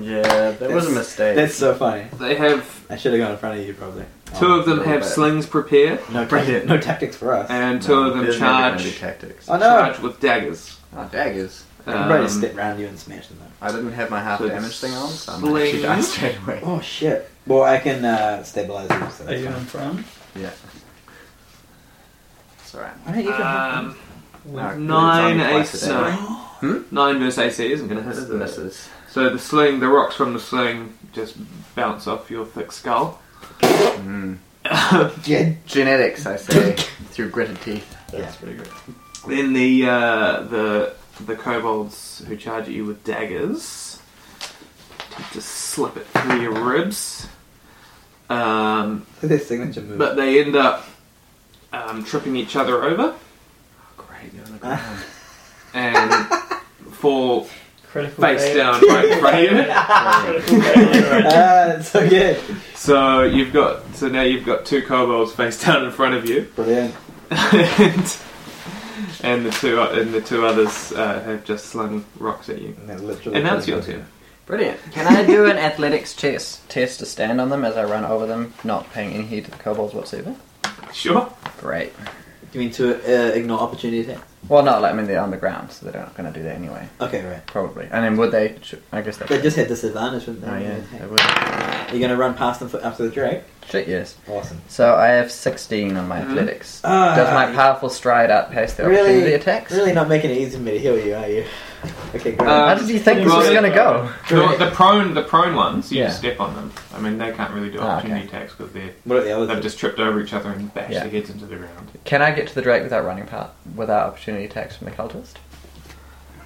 [SPEAKER 7] Yeah, that was a
[SPEAKER 3] That's-
[SPEAKER 7] mistake.
[SPEAKER 3] That's so funny.
[SPEAKER 1] They have
[SPEAKER 3] I should have gone in front of you, probably.
[SPEAKER 1] two
[SPEAKER 3] Oh,
[SPEAKER 1] of them
[SPEAKER 7] Oh,
[SPEAKER 1] have
[SPEAKER 7] bad.
[SPEAKER 1] slings prepared,
[SPEAKER 3] no,
[SPEAKER 7] Bring
[SPEAKER 3] tac-
[SPEAKER 7] it.
[SPEAKER 3] no tactics for us.
[SPEAKER 6] Um,
[SPEAKER 1] and two of them
[SPEAKER 7] There's never gonna be
[SPEAKER 1] charge
[SPEAKER 7] tactics.
[SPEAKER 3] oh no!
[SPEAKER 1] charge with daggers. Um,
[SPEAKER 7] Oh, daggers.
[SPEAKER 3] I'm ready to step round you and smash them. Though.
[SPEAKER 7] I didn't have my half
[SPEAKER 1] So
[SPEAKER 7] damage thing on, so I might
[SPEAKER 1] sling.
[SPEAKER 7] actually die straight away.
[SPEAKER 3] Oh shit! Well, I can uh, stabilize you. So
[SPEAKER 2] Are
[SPEAKER 3] that's
[SPEAKER 2] you in
[SPEAKER 3] fine.
[SPEAKER 2] front?
[SPEAKER 7] It's alright.
[SPEAKER 3] Why don't you go?
[SPEAKER 1] Um,
[SPEAKER 7] No,
[SPEAKER 1] nine
[SPEAKER 7] it's
[SPEAKER 1] ace,
[SPEAKER 7] only
[SPEAKER 1] no.
[SPEAKER 7] twice
[SPEAKER 1] Nine versus AC isn't going to hit. is it?
[SPEAKER 6] Misses.
[SPEAKER 1] So the sling, the rocks from the sling, just bounce off your thick skull.
[SPEAKER 7] Hmm.
[SPEAKER 3] yeah,
[SPEAKER 6] Genetics, I say, through gritted teeth.
[SPEAKER 7] That's pretty good.
[SPEAKER 1] Then the uh, the the kobolds who charge at you with daggers attempt to slip it through your ribs, um,
[SPEAKER 3] their signature move.
[SPEAKER 1] but they end up um, tripping each other over
[SPEAKER 7] Great, you're on the
[SPEAKER 6] Ah.
[SPEAKER 7] ground.
[SPEAKER 1] and fall
[SPEAKER 2] Critical
[SPEAKER 1] face
[SPEAKER 2] fail.
[SPEAKER 1] down right in front of you.
[SPEAKER 2] Critical fail.
[SPEAKER 3] ah, it's so good.
[SPEAKER 1] So you've got so now you've got two kobolds face down in front of you,
[SPEAKER 3] Brilliant.
[SPEAKER 1] and, and the two and the two others uh, have just slung rocks at you.
[SPEAKER 3] And that literally.
[SPEAKER 1] And now it's your turn.
[SPEAKER 4] Brilliant.
[SPEAKER 6] Can I do an athletics test test to stand on them as I run over them, not paying any heed to the kobolds whatsoever?
[SPEAKER 1] Sure.
[SPEAKER 6] Great.
[SPEAKER 3] You mean to uh, ignore opportunity attack?
[SPEAKER 6] Well, no, like, I mean they're on the ground, so they're not going to do that anyway,
[SPEAKER 3] Okay, right.
[SPEAKER 6] probably. And then would they? sh- I guess they.
[SPEAKER 3] They just had disadvantage from
[SPEAKER 6] Oh yeah, they
[SPEAKER 3] that.
[SPEAKER 6] would.
[SPEAKER 3] You're gonna run past them for, after the drag.
[SPEAKER 6] Shit, yes.
[SPEAKER 3] Awesome.
[SPEAKER 6] So I have 16 on my
[SPEAKER 1] Mhm.
[SPEAKER 6] athletics.
[SPEAKER 3] Ah,
[SPEAKER 6] Does my powerful stride outpace the
[SPEAKER 3] really,
[SPEAKER 6] opportunity attacks? Um,
[SPEAKER 3] Really not making it easy for me to heal you, are you? Okay, great.
[SPEAKER 1] Uh,
[SPEAKER 6] How did you think this was
[SPEAKER 1] Well,
[SPEAKER 6] going to go?
[SPEAKER 1] The, the prone, the prone ones, you
[SPEAKER 6] Yeah.
[SPEAKER 1] just step on them. I mean, they can't really do
[SPEAKER 6] Ah,
[SPEAKER 1] opportunity
[SPEAKER 6] okay.
[SPEAKER 1] attacks because they
[SPEAKER 3] what are the others?
[SPEAKER 1] they've just tripped over each other and bashed
[SPEAKER 6] Yeah.
[SPEAKER 1] their heads into the ground.
[SPEAKER 6] Can I get to the Drake without running past, without opportunity attacks from the cultist?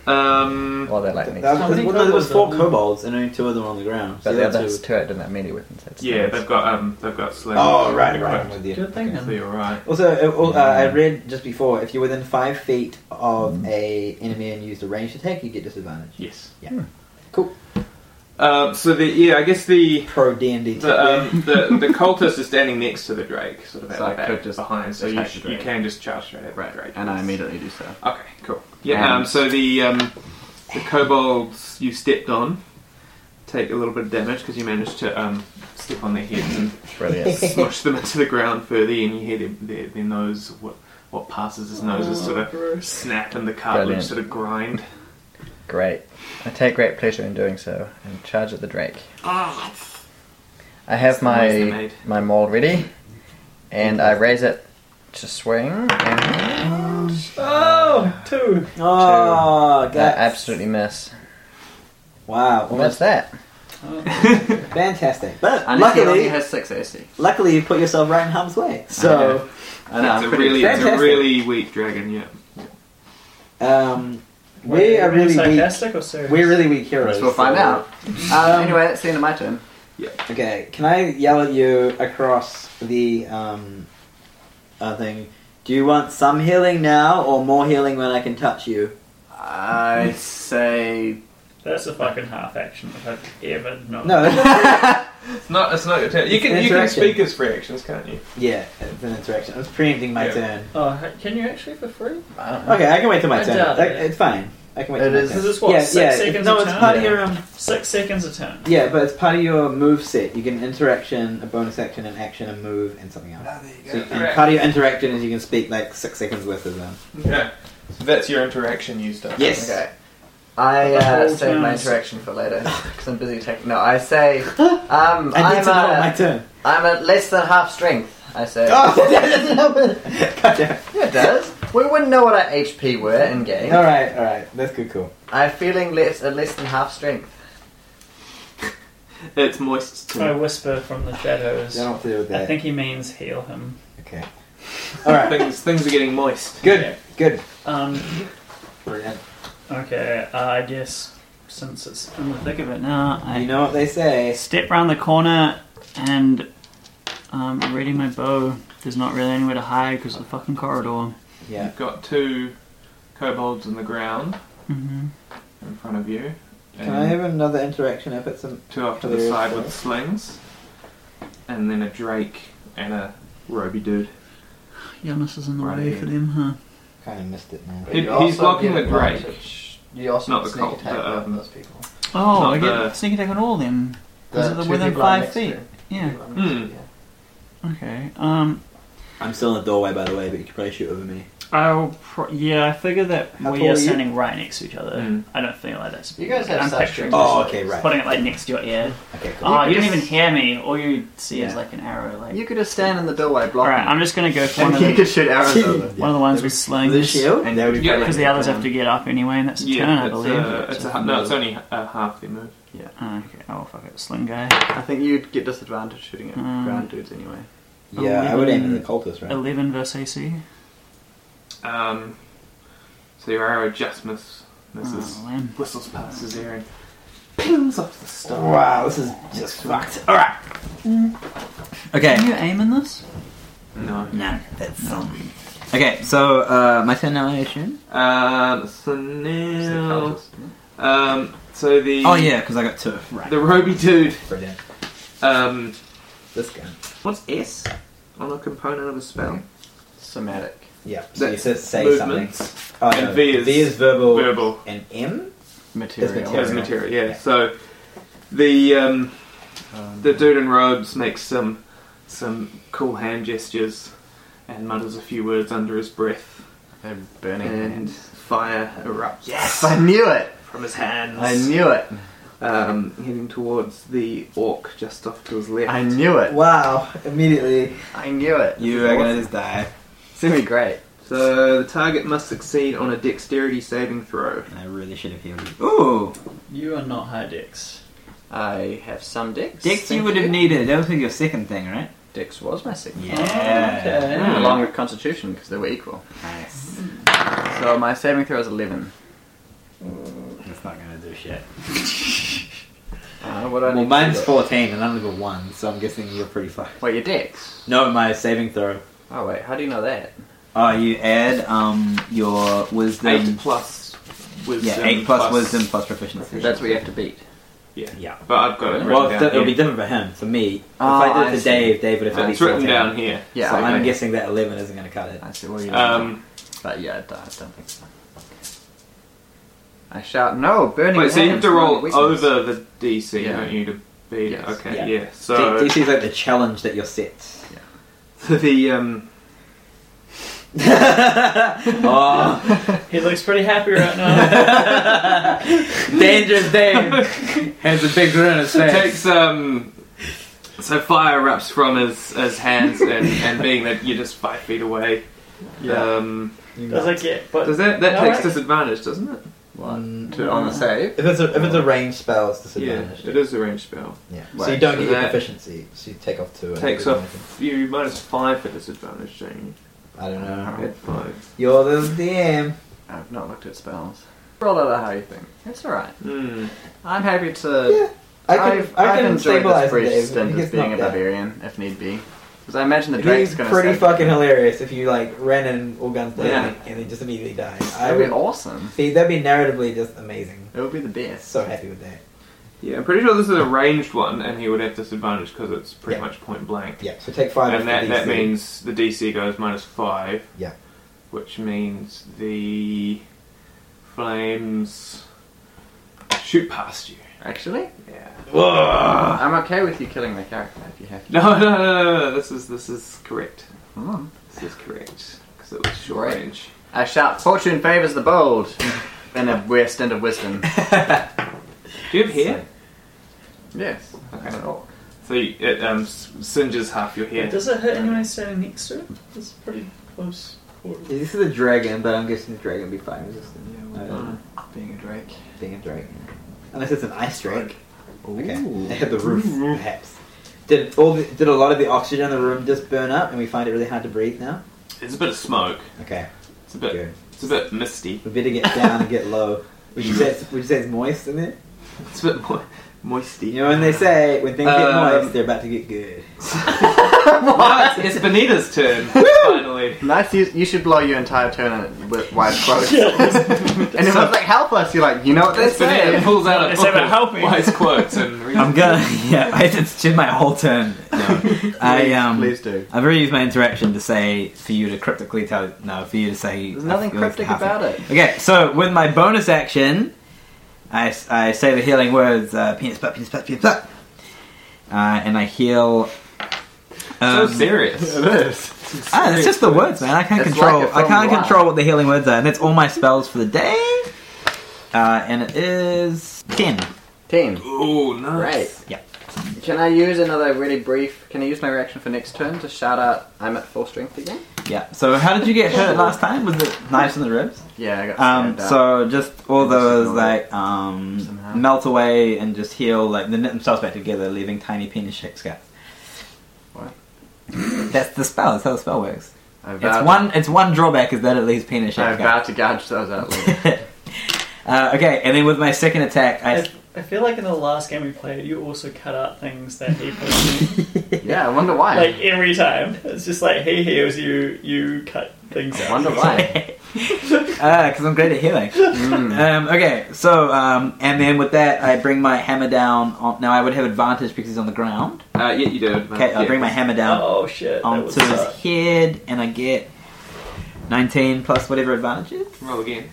[SPEAKER 1] Um,
[SPEAKER 6] Or they're like
[SPEAKER 3] That,
[SPEAKER 6] next?
[SPEAKER 3] that
[SPEAKER 2] How
[SPEAKER 3] was,
[SPEAKER 2] many
[SPEAKER 3] well, no, there was four
[SPEAKER 2] kobolds are-
[SPEAKER 3] kobolds and only two of them were on the ground.
[SPEAKER 6] but
[SPEAKER 3] So
[SPEAKER 6] the
[SPEAKER 3] that's
[SPEAKER 6] other's two out in that melee weapons. That's
[SPEAKER 1] yeah,
[SPEAKER 6] nice.
[SPEAKER 1] they've got um, they've got sling.
[SPEAKER 3] Oh, right, right. I'm
[SPEAKER 1] Right.
[SPEAKER 3] with you.
[SPEAKER 2] Good thing.
[SPEAKER 1] So
[SPEAKER 2] then.
[SPEAKER 1] you're right.
[SPEAKER 3] Also, uh, uh, I read just before if you're within five feet of
[SPEAKER 6] Mm.
[SPEAKER 3] a enemy and used a ranged attack, you get disadvantage.
[SPEAKER 1] Yes.
[SPEAKER 3] Yeah. Cool.
[SPEAKER 1] Um, so the yeah, I guess the
[SPEAKER 3] Pro D and D.
[SPEAKER 1] the, um, the the cultist is standing next to the drake, sort
[SPEAKER 4] So
[SPEAKER 1] of at
[SPEAKER 4] I
[SPEAKER 1] the back
[SPEAKER 4] could just
[SPEAKER 1] behind. So you,
[SPEAKER 4] attack
[SPEAKER 1] sh-
[SPEAKER 4] the
[SPEAKER 1] you
[SPEAKER 4] drake.
[SPEAKER 1] can just charge straight at the
[SPEAKER 4] Right,
[SPEAKER 1] drake.
[SPEAKER 4] and I immediately do so.
[SPEAKER 1] Okay, cool. Yeah. Um,
[SPEAKER 4] And-
[SPEAKER 1] so the um, the kobolds you stepped on take a little bit of damage because you managed to um, step on their heads and
[SPEAKER 6] Brilliant.
[SPEAKER 1] smush them into the ground further, and you hear their, their, their nose, what, what passes as noses sort of
[SPEAKER 2] Bruce.
[SPEAKER 1] snap and the cartilage
[SPEAKER 6] Brilliant.
[SPEAKER 1] sort of grind.
[SPEAKER 6] Great. I take great pleasure in doing so and charge at the Drake.
[SPEAKER 1] Ah,
[SPEAKER 6] I have
[SPEAKER 1] It's the noise they
[SPEAKER 6] my
[SPEAKER 1] made.
[SPEAKER 6] my maul ready, and I raise it to swing, and
[SPEAKER 2] Oh, two.
[SPEAKER 3] oh,
[SPEAKER 6] I absolutely miss.
[SPEAKER 3] Wow,
[SPEAKER 6] Well, that's that.
[SPEAKER 2] Oh.
[SPEAKER 3] fantastic. But
[SPEAKER 4] Unless he only
[SPEAKER 3] luckily,
[SPEAKER 4] has six AC.
[SPEAKER 3] luckily you put yourself right in harm's way. So,
[SPEAKER 4] I know.
[SPEAKER 1] it's,
[SPEAKER 4] I'm
[SPEAKER 1] a
[SPEAKER 4] pretty-
[SPEAKER 1] really, it's a
[SPEAKER 3] Fantastic.
[SPEAKER 1] really weak dragon, yeah.
[SPEAKER 3] um, we
[SPEAKER 2] Wait,
[SPEAKER 3] are really weak.
[SPEAKER 2] sarcastic or serious?
[SPEAKER 3] We're really weak heroes.
[SPEAKER 4] We'll find
[SPEAKER 3] so-
[SPEAKER 4] out.
[SPEAKER 3] Um,
[SPEAKER 4] anyway, that's the end of my turn.
[SPEAKER 3] Okay, can I yell at you across the um, uh, thing? Do you want some healing now or more healing when I can touch you?
[SPEAKER 4] I say.
[SPEAKER 2] That's a fucking half action if I've ever known.
[SPEAKER 3] No, that's-
[SPEAKER 1] It's not, it's not your turn. You
[SPEAKER 3] It's
[SPEAKER 1] can,
[SPEAKER 3] an
[SPEAKER 1] you can
[SPEAKER 3] interaction.
[SPEAKER 1] speak as free actions, can't you?
[SPEAKER 3] yeah, it's an interaction. I was preempting my
[SPEAKER 1] Yeah.
[SPEAKER 3] turn.
[SPEAKER 2] Oh, h- can you actually for free?
[SPEAKER 6] I don't know.
[SPEAKER 3] Okay, I can wait till my
[SPEAKER 2] I
[SPEAKER 3] turn.
[SPEAKER 2] doubt
[SPEAKER 3] That-
[SPEAKER 2] it.
[SPEAKER 3] It's fine. I can wait.
[SPEAKER 6] It
[SPEAKER 3] till my
[SPEAKER 6] is-
[SPEAKER 3] turn.
[SPEAKER 2] This is what,
[SPEAKER 3] yeah,
[SPEAKER 2] six
[SPEAKER 3] yeah.
[SPEAKER 2] seconds
[SPEAKER 3] no,
[SPEAKER 2] a
[SPEAKER 3] it's
[SPEAKER 2] turn?
[SPEAKER 3] part of
[SPEAKER 6] Yeah.
[SPEAKER 3] your um,
[SPEAKER 2] Six seconds a turn.
[SPEAKER 3] Yeah, but it's part of your move set. You get an interaction, a bonus action, an action, a move, and something else. So, and part of your interaction is you can speak like six seconds worth of them.
[SPEAKER 1] Yeah. So that's your interaction used up.
[SPEAKER 3] Yes.
[SPEAKER 6] Okay. I
[SPEAKER 2] The
[SPEAKER 6] uh,
[SPEAKER 2] whole
[SPEAKER 6] save my
[SPEAKER 2] turns.
[SPEAKER 6] interaction for later because I'm busy taking. No, I say um,
[SPEAKER 3] I need
[SPEAKER 6] I'm,
[SPEAKER 3] to know my
[SPEAKER 6] uh,
[SPEAKER 3] turn.
[SPEAKER 6] I'm at less than half strength. I say.
[SPEAKER 3] Oh, that doesn't happen. Gotcha.
[SPEAKER 6] Yeah, it does. We wouldn't know what our HP were in game.
[SPEAKER 3] All right, all right. That's good. Cool.
[SPEAKER 6] I'm feeling less at less than half strength.
[SPEAKER 1] It's moist.
[SPEAKER 2] I whisper from the shadows.
[SPEAKER 3] I don't have to do with that.
[SPEAKER 2] I think he means heal him.
[SPEAKER 3] okay. All right.
[SPEAKER 1] Things, things are getting moist.
[SPEAKER 3] Good.
[SPEAKER 2] Yeah.
[SPEAKER 3] Good.
[SPEAKER 2] Um,
[SPEAKER 3] Brilliant.
[SPEAKER 2] okay, uh, I guess since it's in the thick of it now, I
[SPEAKER 3] You know what they say.
[SPEAKER 2] step round the corner and um, ready my bow. There's not really anywhere to hide because of the fucking corridor.
[SPEAKER 3] Yeah.
[SPEAKER 1] You've got two kobolds on the ground
[SPEAKER 2] hmm
[SPEAKER 1] in front of you.
[SPEAKER 3] Can
[SPEAKER 2] Um,
[SPEAKER 1] and
[SPEAKER 3] I have another interaction if it's a
[SPEAKER 1] Two off to the
[SPEAKER 3] There's
[SPEAKER 1] side
[SPEAKER 3] that.
[SPEAKER 1] with slings. And then a drake and a roby dude.
[SPEAKER 2] Yanis is in the
[SPEAKER 1] Right
[SPEAKER 2] way
[SPEAKER 1] here.
[SPEAKER 2] for them, huh?
[SPEAKER 3] kind of missed it now?
[SPEAKER 1] He- he's
[SPEAKER 6] You also
[SPEAKER 1] blocking
[SPEAKER 6] get
[SPEAKER 1] the Drake.
[SPEAKER 6] advantage. You also
[SPEAKER 1] Not
[SPEAKER 6] get
[SPEAKER 1] the
[SPEAKER 6] sneak
[SPEAKER 1] cult,
[SPEAKER 6] attack
[SPEAKER 1] the,
[SPEAKER 6] on
[SPEAKER 1] um,
[SPEAKER 6] those people.
[SPEAKER 2] Oh,
[SPEAKER 1] Not
[SPEAKER 2] I get
[SPEAKER 1] the-
[SPEAKER 2] sneak attack on all them. Because
[SPEAKER 6] The
[SPEAKER 2] they're
[SPEAKER 6] two
[SPEAKER 2] within
[SPEAKER 6] people I'm
[SPEAKER 2] five
[SPEAKER 6] next to.
[SPEAKER 2] feet. Yeah.
[SPEAKER 6] Two people I'm next to,
[SPEAKER 1] Hmm.
[SPEAKER 2] Okay. Um.
[SPEAKER 3] I'm still in the doorway, by the way, but you could probably shoot over me.
[SPEAKER 2] I'll pro- yeah, I figure that
[SPEAKER 6] How
[SPEAKER 2] we
[SPEAKER 6] tall
[SPEAKER 2] are
[SPEAKER 6] are you?
[SPEAKER 2] standing right next to each other.
[SPEAKER 1] Mm.
[SPEAKER 2] I don't feel like that's.
[SPEAKER 6] You guys have
[SPEAKER 2] I'm
[SPEAKER 6] such
[SPEAKER 2] picturing
[SPEAKER 6] good
[SPEAKER 3] Oh,
[SPEAKER 6] visuals.
[SPEAKER 3] okay, right.
[SPEAKER 2] putting it like next to your ear.
[SPEAKER 3] Okay, cool.
[SPEAKER 2] Oh,
[SPEAKER 4] could
[SPEAKER 2] you don't even
[SPEAKER 4] just-
[SPEAKER 2] hear me. All you see is
[SPEAKER 4] Yeah.
[SPEAKER 2] like an arrow. Like,
[SPEAKER 4] You could just stand in the doorway
[SPEAKER 2] all
[SPEAKER 4] blocking.
[SPEAKER 2] right, I'm just gonna go for
[SPEAKER 7] And
[SPEAKER 2] one of
[SPEAKER 7] you
[SPEAKER 2] the
[SPEAKER 7] could shoot arrows
[SPEAKER 3] Yeah.
[SPEAKER 7] over it.
[SPEAKER 2] one of the ones with slings.
[SPEAKER 3] the shield?
[SPEAKER 7] And
[SPEAKER 3] There we
[SPEAKER 1] Yeah.
[SPEAKER 3] go.
[SPEAKER 2] Because the others have to get up anyway, and that's a turn, I
[SPEAKER 1] it's,
[SPEAKER 2] believe.
[SPEAKER 1] uh, it's a, ha- no, it's only uh, half their move.
[SPEAKER 2] Yeah. Oh, okay. Oh, fuck it. Sling guy.
[SPEAKER 4] I think you'd get disadvantage shooting at
[SPEAKER 2] Mm.
[SPEAKER 4] ground dudes anyway.
[SPEAKER 3] Yeah, I would aim at the cultist, right?
[SPEAKER 2] 11 versus AC.
[SPEAKER 1] Um, so your arrow just miss, misses,
[SPEAKER 2] Oh, man.
[SPEAKER 1] whistles past his ear and pings off the stone.
[SPEAKER 3] Wow, this is just fucked. All right. Okay.
[SPEAKER 2] Can you aim in this?
[SPEAKER 1] No.
[SPEAKER 3] No, that's um. Okay, so uh, my turn now, I assume.
[SPEAKER 1] Um, so now, um, so the
[SPEAKER 3] Oh yeah, because I got two. Right.
[SPEAKER 1] the Roby dude.
[SPEAKER 3] Brilliant.
[SPEAKER 1] Um,
[SPEAKER 3] This guy.
[SPEAKER 1] what's S on a component of a spell?
[SPEAKER 4] Somatic.
[SPEAKER 3] Yeah. So you
[SPEAKER 1] That's
[SPEAKER 3] says say
[SPEAKER 1] Movements.
[SPEAKER 3] something. Oh,
[SPEAKER 1] And V is
[SPEAKER 3] verbal.
[SPEAKER 1] Verbal.
[SPEAKER 3] And M.
[SPEAKER 4] Material.
[SPEAKER 1] As material, yeah. So the um, the dude in robes makes some some cool hand gestures and mutters a few words under his breath,
[SPEAKER 7] They're burning
[SPEAKER 1] and fire erupts
[SPEAKER 4] Yes, I knew it.
[SPEAKER 1] from his hands.
[SPEAKER 4] I knew it.
[SPEAKER 1] um, heading towards the orc just off to his left.
[SPEAKER 4] I knew it.
[SPEAKER 3] Wow! Immediately.
[SPEAKER 4] I knew it.
[SPEAKER 3] You are gonna just die,
[SPEAKER 4] It's gonna be great.
[SPEAKER 1] So the target must succeed on a dexterity saving throw.
[SPEAKER 3] and I really should have healed you. Ooh,
[SPEAKER 2] You are not high dex.
[SPEAKER 4] I have some dex.
[SPEAKER 3] Dex, you
[SPEAKER 4] thank
[SPEAKER 3] would have needed. That was like your second thing, right? Oh,
[SPEAKER 4] Dex was my second.
[SPEAKER 2] okay.
[SPEAKER 1] Mm.
[SPEAKER 4] Along with Constitution, because they were equal.
[SPEAKER 3] Nice.
[SPEAKER 4] So my saving throw is 11.
[SPEAKER 3] That's not gonna do shit.
[SPEAKER 4] Uh, what do I
[SPEAKER 3] Well,
[SPEAKER 4] need
[SPEAKER 3] mine's
[SPEAKER 4] to do?
[SPEAKER 3] fourteen, and I'm level one, so I'm guessing you're pretty fucked.
[SPEAKER 4] Wait, your dex?
[SPEAKER 3] No, my saving throw.
[SPEAKER 4] Oh wait, how do you know that?
[SPEAKER 3] Oh, you add um your wisdom.
[SPEAKER 1] Eight plus wisdom.
[SPEAKER 3] Yeah, eight plus, wisdom plus proficiency.
[SPEAKER 4] That's what you have to beat.
[SPEAKER 3] yeah.
[SPEAKER 1] But I've got it. Written
[SPEAKER 3] Well,
[SPEAKER 1] down
[SPEAKER 3] it'll be
[SPEAKER 1] here.
[SPEAKER 3] different for him. For me,
[SPEAKER 4] Oh,
[SPEAKER 3] if I did
[SPEAKER 4] I
[SPEAKER 3] it to
[SPEAKER 4] see.
[SPEAKER 3] Dave, Dave would have at
[SPEAKER 1] it's
[SPEAKER 3] least
[SPEAKER 1] written
[SPEAKER 3] 14.
[SPEAKER 1] down here.
[SPEAKER 4] Yeah,
[SPEAKER 3] so
[SPEAKER 4] I
[SPEAKER 3] I'm
[SPEAKER 4] agree.
[SPEAKER 3] guessing that 11 isn't going to cut it.
[SPEAKER 4] I see what you
[SPEAKER 1] Um,
[SPEAKER 4] But yeah, I don't, I don't think so. I shout, no, burning
[SPEAKER 1] wait, so you have
[SPEAKER 4] hands,
[SPEAKER 1] to roll
[SPEAKER 4] burning weakness."
[SPEAKER 1] over the DC,
[SPEAKER 4] Yeah.
[SPEAKER 1] don't you, to beat
[SPEAKER 4] Yes.
[SPEAKER 1] it? Okay,
[SPEAKER 3] Yeah.
[SPEAKER 1] yeah. So
[SPEAKER 3] D- DC is like the challenge that you're set.
[SPEAKER 1] the um,
[SPEAKER 3] oh,
[SPEAKER 2] He looks pretty happy right now.
[SPEAKER 3] dangerous Dave has a big grin on his
[SPEAKER 1] so
[SPEAKER 3] face.
[SPEAKER 1] takes um, so fire erupts from his, his hands, and, and being that you're just five feet away, um,
[SPEAKER 2] Does it get. But
[SPEAKER 1] does that that
[SPEAKER 2] No,
[SPEAKER 1] takes
[SPEAKER 2] right.
[SPEAKER 1] disadvantage, doesn't it?
[SPEAKER 3] Mm,
[SPEAKER 4] To, on the save?
[SPEAKER 3] if it's a if it's a ranged spell, it's disadvantage.
[SPEAKER 1] Yeah, it is a ranged spell.
[SPEAKER 3] Yeah.
[SPEAKER 4] Right,
[SPEAKER 3] So you don't
[SPEAKER 1] so
[SPEAKER 3] get your
[SPEAKER 1] that-
[SPEAKER 3] proficiency, so you take off two. and
[SPEAKER 1] Takes
[SPEAKER 3] everything.
[SPEAKER 1] off you minus five for disadvantage, don't you?
[SPEAKER 3] I
[SPEAKER 4] Uh,
[SPEAKER 3] don't know.
[SPEAKER 1] Add five.
[SPEAKER 3] You're the DM.
[SPEAKER 4] I've not looked at spells. Roll out a how you think. It's alright.
[SPEAKER 1] Hmm.
[SPEAKER 4] I'm happy to.
[SPEAKER 3] I can
[SPEAKER 4] I've,
[SPEAKER 3] I
[SPEAKER 4] I've
[SPEAKER 3] can
[SPEAKER 4] enjoyed
[SPEAKER 3] stabilize
[SPEAKER 4] this brief
[SPEAKER 3] Dave.
[SPEAKER 4] stint
[SPEAKER 3] He
[SPEAKER 4] as
[SPEAKER 3] gets
[SPEAKER 4] being a
[SPEAKER 3] knocked out.
[SPEAKER 4] barbarian, if need be. Because I imagine the
[SPEAKER 3] It'd be
[SPEAKER 4] drake's going to
[SPEAKER 3] pretty fucking hilarious if you like ran in all guns blazing
[SPEAKER 1] Yeah.
[SPEAKER 3] and then just immediately died. I
[SPEAKER 4] That'd be
[SPEAKER 3] would
[SPEAKER 4] awesome.
[SPEAKER 3] see that'd be narratively just amazing.
[SPEAKER 4] It would be the best.
[SPEAKER 3] So happy with that.
[SPEAKER 1] Yeah, I'm pretty sure this is a ranged one, and he would have disadvantage because it's pretty
[SPEAKER 3] Yeah.
[SPEAKER 1] much point blank.
[SPEAKER 3] Yeah. So take five. off
[SPEAKER 1] And
[SPEAKER 3] the
[SPEAKER 1] that, that
[SPEAKER 3] DC.
[SPEAKER 1] means the DC goes minus five.
[SPEAKER 3] Yeah.
[SPEAKER 1] Which means the flames shoot past you.
[SPEAKER 4] Actually,
[SPEAKER 1] Yeah.
[SPEAKER 4] I'm okay with you killing the character if you have to.
[SPEAKER 1] No, no, no, no, no. This is this is correct.
[SPEAKER 4] Hmm.
[SPEAKER 1] This is correct because it was short
[SPEAKER 4] Great.
[SPEAKER 1] range.
[SPEAKER 4] I shout, fortune favours the bold, and a we're stint of wisdom.
[SPEAKER 1] Do you have hair?
[SPEAKER 4] yes.
[SPEAKER 1] Okay. So you, it um, s- singes half your hair.
[SPEAKER 2] Does it hurt anyone standing next to it? It's pretty close.
[SPEAKER 3] Yeah, this is a dragon, but I'm guessing the dragon would be fire resistant. Yeah,
[SPEAKER 1] Mm.
[SPEAKER 4] Being a drake.
[SPEAKER 3] being a dragon. Unless it's an ice drake. Okay.
[SPEAKER 4] Ooh.
[SPEAKER 3] They had the roof, perhaps. Did all the, did a lot of the oxygen in the room just burn up, and we find it really hard to breathe now?
[SPEAKER 1] It's a bit of smoke.
[SPEAKER 3] Okay,
[SPEAKER 1] It's a bit.
[SPEAKER 3] good.
[SPEAKER 1] It's a bit misty.
[SPEAKER 3] We better get down and get low. Would you say it's, would you say it's moist in there?
[SPEAKER 1] It's a bit mo- moisty.
[SPEAKER 3] You know when they say when things get
[SPEAKER 1] Um,
[SPEAKER 3] moist, they're about to get good.
[SPEAKER 1] No, it's, it's Benita's turn. finally.
[SPEAKER 4] Nice, you, you should blow your entire turn in, with wide quotes. and if I was like, help us, you're like, you know what they're
[SPEAKER 1] Benita
[SPEAKER 4] saying.
[SPEAKER 1] pulls out a
[SPEAKER 2] It's
[SPEAKER 1] book
[SPEAKER 2] about
[SPEAKER 1] of
[SPEAKER 2] helping.
[SPEAKER 1] wise quotes and reads
[SPEAKER 5] I'm gonna. Yeah, I just did my whole turn. No, I um.
[SPEAKER 4] Please do.
[SPEAKER 5] I've already used my interaction to say for you to cryptically tell. No, for you to say.
[SPEAKER 4] There's nothing cryptic about it.
[SPEAKER 5] Okay, so with my bonus action, I, s- I say the healing words: uh, penis butt, penis butt, penis butt, uh, and I heal.
[SPEAKER 1] So
[SPEAKER 5] Um,
[SPEAKER 1] serious. It is.
[SPEAKER 5] Ah, it's just the words, man. I can't
[SPEAKER 6] It's
[SPEAKER 5] control.
[SPEAKER 6] like it
[SPEAKER 5] I can't
[SPEAKER 6] from
[SPEAKER 5] control what the healing words are, and that's all my spells for the day. Uh, and it is ten.
[SPEAKER 6] Ten.
[SPEAKER 1] Oh, nice.
[SPEAKER 6] Great.
[SPEAKER 5] Yeah.
[SPEAKER 6] Can I use another really brief? Can I use my reaction for next turn to shout out I'm at full strength again?
[SPEAKER 5] Yeah. So how did you get hurt last time? Was it knives in the ribs?
[SPEAKER 6] Yeah, I got.
[SPEAKER 5] Um,
[SPEAKER 6] stabbed up.
[SPEAKER 5] so just all
[SPEAKER 6] Just
[SPEAKER 5] those
[SPEAKER 6] ignore
[SPEAKER 5] like um,
[SPEAKER 6] Somehow.
[SPEAKER 5] melt away and just heal, like they knit themselves back together, leaving tiny penis shaped scars.
[SPEAKER 6] What?
[SPEAKER 5] That's the spell. That's how the spell works.
[SPEAKER 6] I
[SPEAKER 5] It's
[SPEAKER 6] vowed-
[SPEAKER 5] one. It's one drawback is that it leaves penis
[SPEAKER 6] I
[SPEAKER 5] shaped
[SPEAKER 6] vowed
[SPEAKER 5] scars.
[SPEAKER 6] to gouge those out. later.
[SPEAKER 5] Uh, okay, and then with my second attack, I.
[SPEAKER 2] I, I feel like in the last game we played, you also cut out things that he put in.
[SPEAKER 6] yeah, I wonder why.
[SPEAKER 2] like every time. It's just like he heals you, you cut things
[SPEAKER 6] I
[SPEAKER 2] out.
[SPEAKER 6] wonder why.
[SPEAKER 4] Mm.
[SPEAKER 5] Because Uh, I'm great at healing.
[SPEAKER 6] Mm.
[SPEAKER 5] Um, okay, so um, and then with that, I bring my hammer down. On, now I would have advantage because he's on the ground.
[SPEAKER 1] Uh, yeah, you do.
[SPEAKER 5] Okay, I bring my hammer down
[SPEAKER 2] Oh shit! That was
[SPEAKER 5] onto his Um, head, and I get 19 plus whatever advantage is.
[SPEAKER 1] Roll again.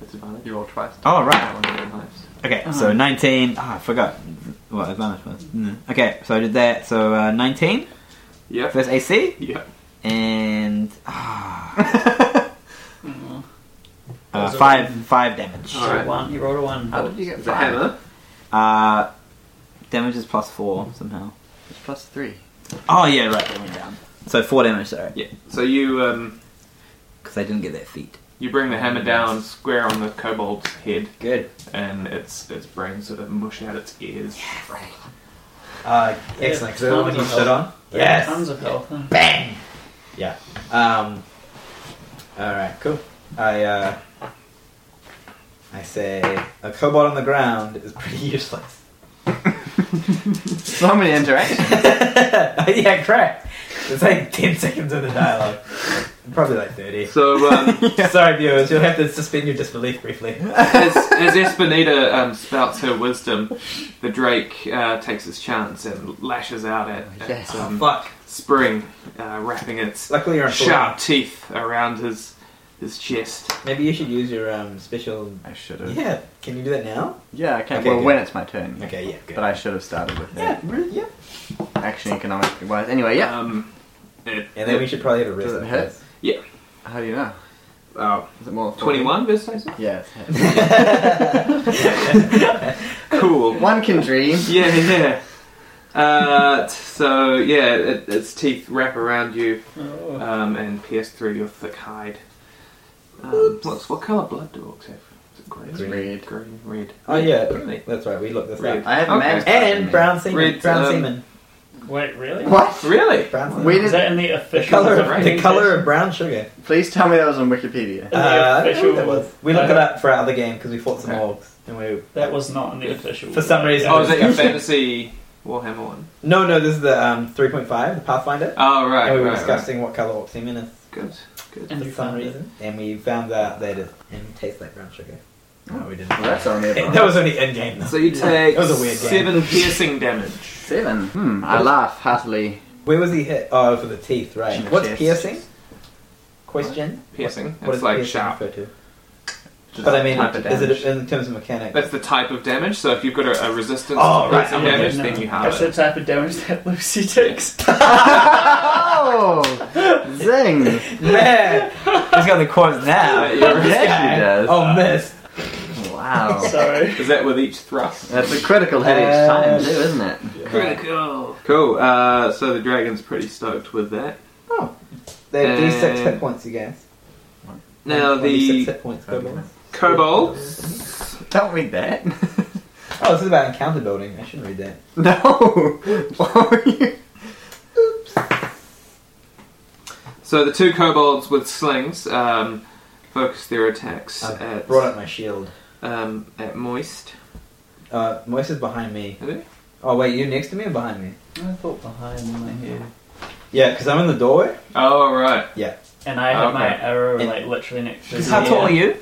[SPEAKER 1] That's advantage. You roll twice.
[SPEAKER 5] Oh
[SPEAKER 1] That
[SPEAKER 5] right.
[SPEAKER 1] one roll knives.
[SPEAKER 5] Okay, so 19. Ah, I forgot what advantage was. Mm. Okay, so I did that. So uh, 19
[SPEAKER 1] Yep.
[SPEAKER 5] first AC,
[SPEAKER 1] Yep.
[SPEAKER 5] and ah,
[SPEAKER 2] Mm.
[SPEAKER 5] uh, five five damage.
[SPEAKER 2] So
[SPEAKER 1] Alright.
[SPEAKER 2] one. You rolled a one.
[SPEAKER 6] How did you get
[SPEAKER 1] It's a
[SPEAKER 6] five?
[SPEAKER 1] hammer.
[SPEAKER 5] Uh, damage is plus four somehow.
[SPEAKER 6] It's plus three.
[SPEAKER 5] Oh yeah, right, that went down. So four damage, sorry,
[SPEAKER 1] Yeah. So you um,
[SPEAKER 5] because I didn't get that feat.
[SPEAKER 1] you bring the hammer down square on the kobold's head,
[SPEAKER 5] Good.
[SPEAKER 1] and its its brains sort of mush out its ears.
[SPEAKER 3] Uh,
[SPEAKER 2] excellent,
[SPEAKER 3] excellent.
[SPEAKER 2] 'cause I don't think you stood
[SPEAKER 3] on.
[SPEAKER 2] Tons of health. huh?
[SPEAKER 3] Bang. Yeah. Um. All right. Cool. I uh. I say a cobalt on the ground is pretty useless.
[SPEAKER 6] So many interactions.
[SPEAKER 3] yeah, correct. It's like ten seconds of the dialogue. Probably like thirty.
[SPEAKER 1] So um,
[SPEAKER 3] Sorry, viewers. You'll have to suspend your disbelief briefly. Um,
[SPEAKER 1] as, as Espinita um, spouts her wisdom, the drake uh, takes his chance and lashes out at, at
[SPEAKER 6] Yes.
[SPEAKER 1] um,
[SPEAKER 3] Fuck.
[SPEAKER 1] spring, uh, wrapping its
[SPEAKER 3] Luckily, you're on full
[SPEAKER 1] sharp teeth around his his chest.
[SPEAKER 3] Maybe you should use your um, special.
[SPEAKER 6] I should have.
[SPEAKER 3] Yeah, can you do that now?
[SPEAKER 6] Yeah, I can.
[SPEAKER 3] Okay,
[SPEAKER 6] well,
[SPEAKER 3] good.
[SPEAKER 6] when it's my turn.
[SPEAKER 3] Okay, yeah, good.
[SPEAKER 6] But I should have started with
[SPEAKER 3] yeah,
[SPEAKER 6] that.
[SPEAKER 3] really, yeah.
[SPEAKER 6] Action economically wise. Anyway, yeah.
[SPEAKER 1] Um, it,
[SPEAKER 3] And then we should probably have a
[SPEAKER 6] Does
[SPEAKER 3] rest.
[SPEAKER 6] it
[SPEAKER 3] of
[SPEAKER 6] hit?
[SPEAKER 3] this.
[SPEAKER 6] How do you know?
[SPEAKER 1] oh,
[SPEAKER 6] Is it more than
[SPEAKER 1] 21 versus
[SPEAKER 6] Yeah. it's hit.
[SPEAKER 1] Cool.
[SPEAKER 6] One can dream.
[SPEAKER 1] Yeah, yeah. Uh, t- so yeah, it, its teeth wrap around you
[SPEAKER 2] Oh.
[SPEAKER 1] um, and pierce through your thick hide. Um, what's, what colour blood do orcs have? Is it green?
[SPEAKER 6] Green. Red.
[SPEAKER 1] Green, red.
[SPEAKER 3] Oh yeah,
[SPEAKER 1] Really?
[SPEAKER 3] that's right. We looked this
[SPEAKER 1] Really?
[SPEAKER 3] up.
[SPEAKER 6] I have
[SPEAKER 1] Okay.
[SPEAKER 6] man's
[SPEAKER 3] And brown semen.
[SPEAKER 1] Red,
[SPEAKER 3] brown
[SPEAKER 1] um,
[SPEAKER 3] semen.
[SPEAKER 2] Wait, really?
[SPEAKER 6] What?
[SPEAKER 1] Really?
[SPEAKER 3] Brown semen.
[SPEAKER 6] We
[SPEAKER 2] Is
[SPEAKER 6] did-
[SPEAKER 2] that in the
[SPEAKER 3] the
[SPEAKER 2] official?
[SPEAKER 3] color, of, the
[SPEAKER 1] Right.
[SPEAKER 3] color of brown sugar.
[SPEAKER 6] Please tell me that was on Wikipedia.
[SPEAKER 2] the
[SPEAKER 3] Uh, I don't know
[SPEAKER 2] official-
[SPEAKER 3] what that was. We looked it up for our other game because we fought some
[SPEAKER 1] Okay.
[SPEAKER 3] orcs and we.
[SPEAKER 2] That was not in the official.
[SPEAKER 3] For some reason-
[SPEAKER 1] Oh, is that your fantasy Warhammer one?
[SPEAKER 3] No, no, this is the um, 3.5, the Pathfinder.
[SPEAKER 1] Oh, right.
[SPEAKER 3] and we were
[SPEAKER 1] right,
[SPEAKER 3] discussing what color orc semen is
[SPEAKER 1] right. Good, good.
[SPEAKER 2] And
[SPEAKER 3] for
[SPEAKER 2] you
[SPEAKER 3] some
[SPEAKER 2] found it.
[SPEAKER 3] reason, and we found out that it and tastes like brown sugar. No, we didn't.
[SPEAKER 6] Well, that's on everyone.
[SPEAKER 3] that was only in game though.
[SPEAKER 1] Oh. So you take
[SPEAKER 3] That was a weird game.
[SPEAKER 1] seven piercing damage.
[SPEAKER 6] Seven. Hmm. I laugh heartily.
[SPEAKER 3] Where was he hit? Oh, for the teeth, right?
[SPEAKER 6] In the
[SPEAKER 3] What's
[SPEAKER 6] chest.
[SPEAKER 3] piercing? Question.
[SPEAKER 1] Piercing.
[SPEAKER 3] What
[SPEAKER 1] It's
[SPEAKER 3] does
[SPEAKER 1] like
[SPEAKER 3] piercing
[SPEAKER 1] sharp.
[SPEAKER 3] refer to?
[SPEAKER 1] Just
[SPEAKER 3] But I mean,
[SPEAKER 1] type of
[SPEAKER 3] is
[SPEAKER 1] damage.
[SPEAKER 3] it in terms of mechanics?
[SPEAKER 1] That's the type of damage. So if you've got a, a resistance
[SPEAKER 3] Oh,
[SPEAKER 1] to
[SPEAKER 3] right,
[SPEAKER 1] piercing
[SPEAKER 3] yeah,
[SPEAKER 1] damage,
[SPEAKER 2] no.
[SPEAKER 1] then you have
[SPEAKER 2] That's the
[SPEAKER 1] it.
[SPEAKER 2] type of damage that Lucy takes.
[SPEAKER 6] Oh! Zing!
[SPEAKER 3] Man,
[SPEAKER 5] He's got the cords now.
[SPEAKER 1] Uh, you're-
[SPEAKER 6] Yeah, she does.
[SPEAKER 3] oh, miss.
[SPEAKER 1] Oh.
[SPEAKER 6] Wow.
[SPEAKER 2] so
[SPEAKER 1] Is that with each thrust?
[SPEAKER 6] That's a critical hit each time, too, isn't it?
[SPEAKER 1] Critical. Cool. Uh, so the dragon's pretty stoked with that.
[SPEAKER 3] They have D6
[SPEAKER 1] And-
[SPEAKER 3] hit points, you guys.
[SPEAKER 1] Now
[SPEAKER 3] One D6
[SPEAKER 1] the
[SPEAKER 3] hit points. go
[SPEAKER 6] Okay.
[SPEAKER 3] boys.
[SPEAKER 1] kobolds.
[SPEAKER 6] Don't read that.
[SPEAKER 3] Oh, this is about encounter building. I shouldn't read that.
[SPEAKER 6] no! What were you?
[SPEAKER 1] So the two kobolds with slings um, focus their attacks
[SPEAKER 3] I
[SPEAKER 1] at
[SPEAKER 3] brought up my shield.
[SPEAKER 1] um, at moist.
[SPEAKER 3] Uh, Moist is behind me.
[SPEAKER 1] Are they?
[SPEAKER 3] Oh wait, you next to me or behind me?
[SPEAKER 2] I thought behind my head.
[SPEAKER 3] Yeah, because I'm in the doorway.
[SPEAKER 1] Oh right.
[SPEAKER 2] And I have my
[SPEAKER 1] Oh, Okay.
[SPEAKER 2] arrow
[SPEAKER 3] And-
[SPEAKER 2] like literally next to his
[SPEAKER 5] How
[SPEAKER 2] ear.
[SPEAKER 5] tall are you?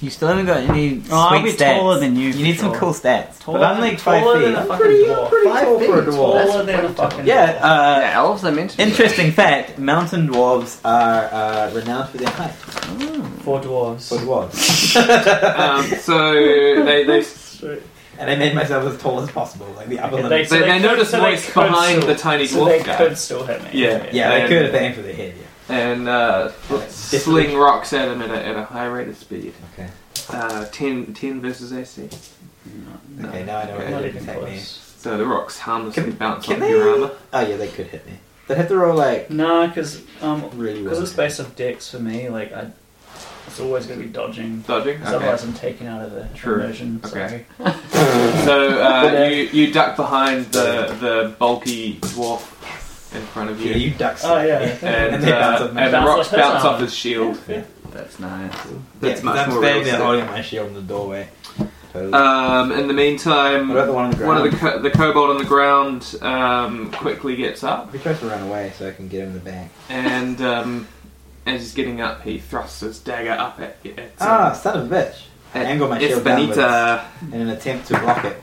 [SPEAKER 5] You still haven't got any
[SPEAKER 2] Oh, I'll
[SPEAKER 5] sweet
[SPEAKER 2] be
[SPEAKER 5] stats.
[SPEAKER 2] taller than you
[SPEAKER 5] You
[SPEAKER 2] for
[SPEAKER 5] need some
[SPEAKER 2] sure.
[SPEAKER 5] cool stats.
[SPEAKER 2] Taller,
[SPEAKER 3] But I'm like five
[SPEAKER 2] taller
[SPEAKER 3] feet.
[SPEAKER 2] than a
[SPEAKER 3] I'm
[SPEAKER 2] fucking dwarf.
[SPEAKER 3] pretty
[SPEAKER 6] Five
[SPEAKER 3] tall for a
[SPEAKER 6] feet.
[SPEAKER 3] dwarf.
[SPEAKER 6] That's
[SPEAKER 2] Taller than a
[SPEAKER 6] pretty
[SPEAKER 2] fucking
[SPEAKER 5] Yeah.
[SPEAKER 2] dwarf.
[SPEAKER 5] Uh,
[SPEAKER 6] Yeah, elves are meant to be.
[SPEAKER 5] Interesting fact: mountain dwarves
[SPEAKER 3] Are uh, renowned for their height. um,
[SPEAKER 2] Four dwarves.
[SPEAKER 3] For dwarves.
[SPEAKER 1] Um, so they they
[SPEAKER 2] Straight.
[SPEAKER 3] and I made myself as tall as possible, like the upper
[SPEAKER 2] Okay,
[SPEAKER 3] limit.
[SPEAKER 1] They, they
[SPEAKER 2] could-
[SPEAKER 1] notice
[SPEAKER 2] so they
[SPEAKER 1] voice
[SPEAKER 2] could
[SPEAKER 1] behind
[SPEAKER 2] still-
[SPEAKER 1] the tiny
[SPEAKER 2] so
[SPEAKER 1] wolf
[SPEAKER 2] they
[SPEAKER 1] guy.
[SPEAKER 2] could still hit me.
[SPEAKER 1] Yeah.
[SPEAKER 3] yeah, they
[SPEAKER 1] and-
[SPEAKER 3] could if they aim for the head.
[SPEAKER 1] and uh, sling rocks at him at a, at a high rate of speed.
[SPEAKER 3] Okay.
[SPEAKER 1] Uh, 10, 10 versus AC.
[SPEAKER 3] Yeah. Okay, now I know
[SPEAKER 2] No,
[SPEAKER 3] where
[SPEAKER 2] not
[SPEAKER 3] they
[SPEAKER 2] even
[SPEAKER 3] can attack me.
[SPEAKER 2] close.
[SPEAKER 1] So the rocks harmlessly
[SPEAKER 3] Can-
[SPEAKER 1] bounce off
[SPEAKER 3] can
[SPEAKER 1] your
[SPEAKER 3] they-
[SPEAKER 1] armor.
[SPEAKER 3] Oh yeah, they could hit me. They'd have to roll like
[SPEAKER 2] No, because um,
[SPEAKER 3] really
[SPEAKER 2] because
[SPEAKER 3] well.
[SPEAKER 2] it's based off dex for me, like I, it's always going to be dodging.
[SPEAKER 1] Dodging?
[SPEAKER 2] 'cause
[SPEAKER 1] Okay.
[SPEAKER 2] Otherwise, I'm taken out of the
[SPEAKER 1] True.
[SPEAKER 2] immersion. So.
[SPEAKER 1] Okay. So uh, you, you duck behind the, the bulky dwarf in front of
[SPEAKER 3] Yeah,
[SPEAKER 1] you.
[SPEAKER 3] you ducks.
[SPEAKER 2] Oh yeah.
[SPEAKER 1] And,
[SPEAKER 3] And they bounce
[SPEAKER 1] uh,
[SPEAKER 3] off my
[SPEAKER 1] and the
[SPEAKER 2] armor.
[SPEAKER 1] rocks
[SPEAKER 2] Bounce off his
[SPEAKER 1] bounce off
[SPEAKER 2] armor.
[SPEAKER 1] his shield.
[SPEAKER 4] That's nice.
[SPEAKER 1] That's much
[SPEAKER 3] I'm
[SPEAKER 1] more
[SPEAKER 3] standing there
[SPEAKER 1] realistic.
[SPEAKER 3] holding my shield in the doorway. Totally.
[SPEAKER 1] Um, in the meantime,
[SPEAKER 3] what about the one on the
[SPEAKER 1] one
[SPEAKER 3] ground?
[SPEAKER 1] of the co- the kobold on the ground um, quickly gets up,
[SPEAKER 3] He tries to run away so I can get him in the back.
[SPEAKER 1] and um, as he's getting up, he thrusts his dagger up at, at, um,
[SPEAKER 3] Ah, son of a bitch! I
[SPEAKER 1] at
[SPEAKER 3] angle my shield downwards
[SPEAKER 1] Espanita.
[SPEAKER 3] in an attempt to block it.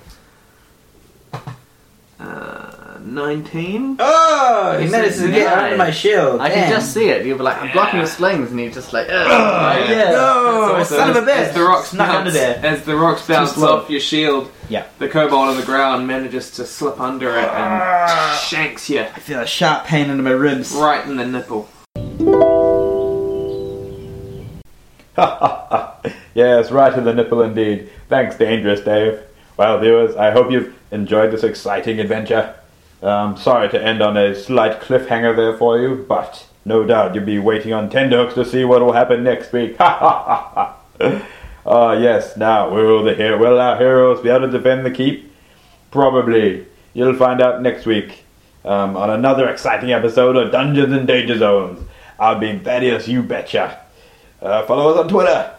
[SPEAKER 1] Uh, Nineteen.
[SPEAKER 3] Oh, he
[SPEAKER 4] This
[SPEAKER 3] manages
[SPEAKER 4] is
[SPEAKER 3] to get
[SPEAKER 4] nice.
[SPEAKER 3] under my shield.
[SPEAKER 4] I can
[SPEAKER 3] Damn.
[SPEAKER 4] just see it. You'll be like, I'm blocking your
[SPEAKER 1] Yeah.
[SPEAKER 4] slings, and you're just like,
[SPEAKER 3] Oh,
[SPEAKER 4] ugh.
[SPEAKER 3] yeah. No,
[SPEAKER 1] So
[SPEAKER 3] son
[SPEAKER 1] as,
[SPEAKER 3] of a bitch!
[SPEAKER 1] As the rocks
[SPEAKER 3] Snuck
[SPEAKER 1] bounce,
[SPEAKER 3] under there.
[SPEAKER 1] as the rocks bounce
[SPEAKER 3] slow.
[SPEAKER 1] off your shield,
[SPEAKER 3] Yeah.
[SPEAKER 1] the kobold on the ground manages to slip under it
[SPEAKER 3] Ah.
[SPEAKER 1] and shanks you
[SPEAKER 3] I feel a sharp pain under my ribs.
[SPEAKER 1] right in the nipple.
[SPEAKER 5] yes, right in the nipple indeed. Thanks, Dangerous Dave. Well, viewers, I hope you've enjoyed this exciting adventure. Um, sorry to end on a slight cliffhanger there for you, but no doubt you'll be waiting on tenderhooks to see what will happen next week. Ha ha ha ha! Ah, yes. Now, will the hero, will our heroes be able to defend the keep? Probably. You'll find out next week um, on another exciting episode of Dungeons and Danger Zones. I've been Thaddeus, you betcha. Uh, follow us on Twitter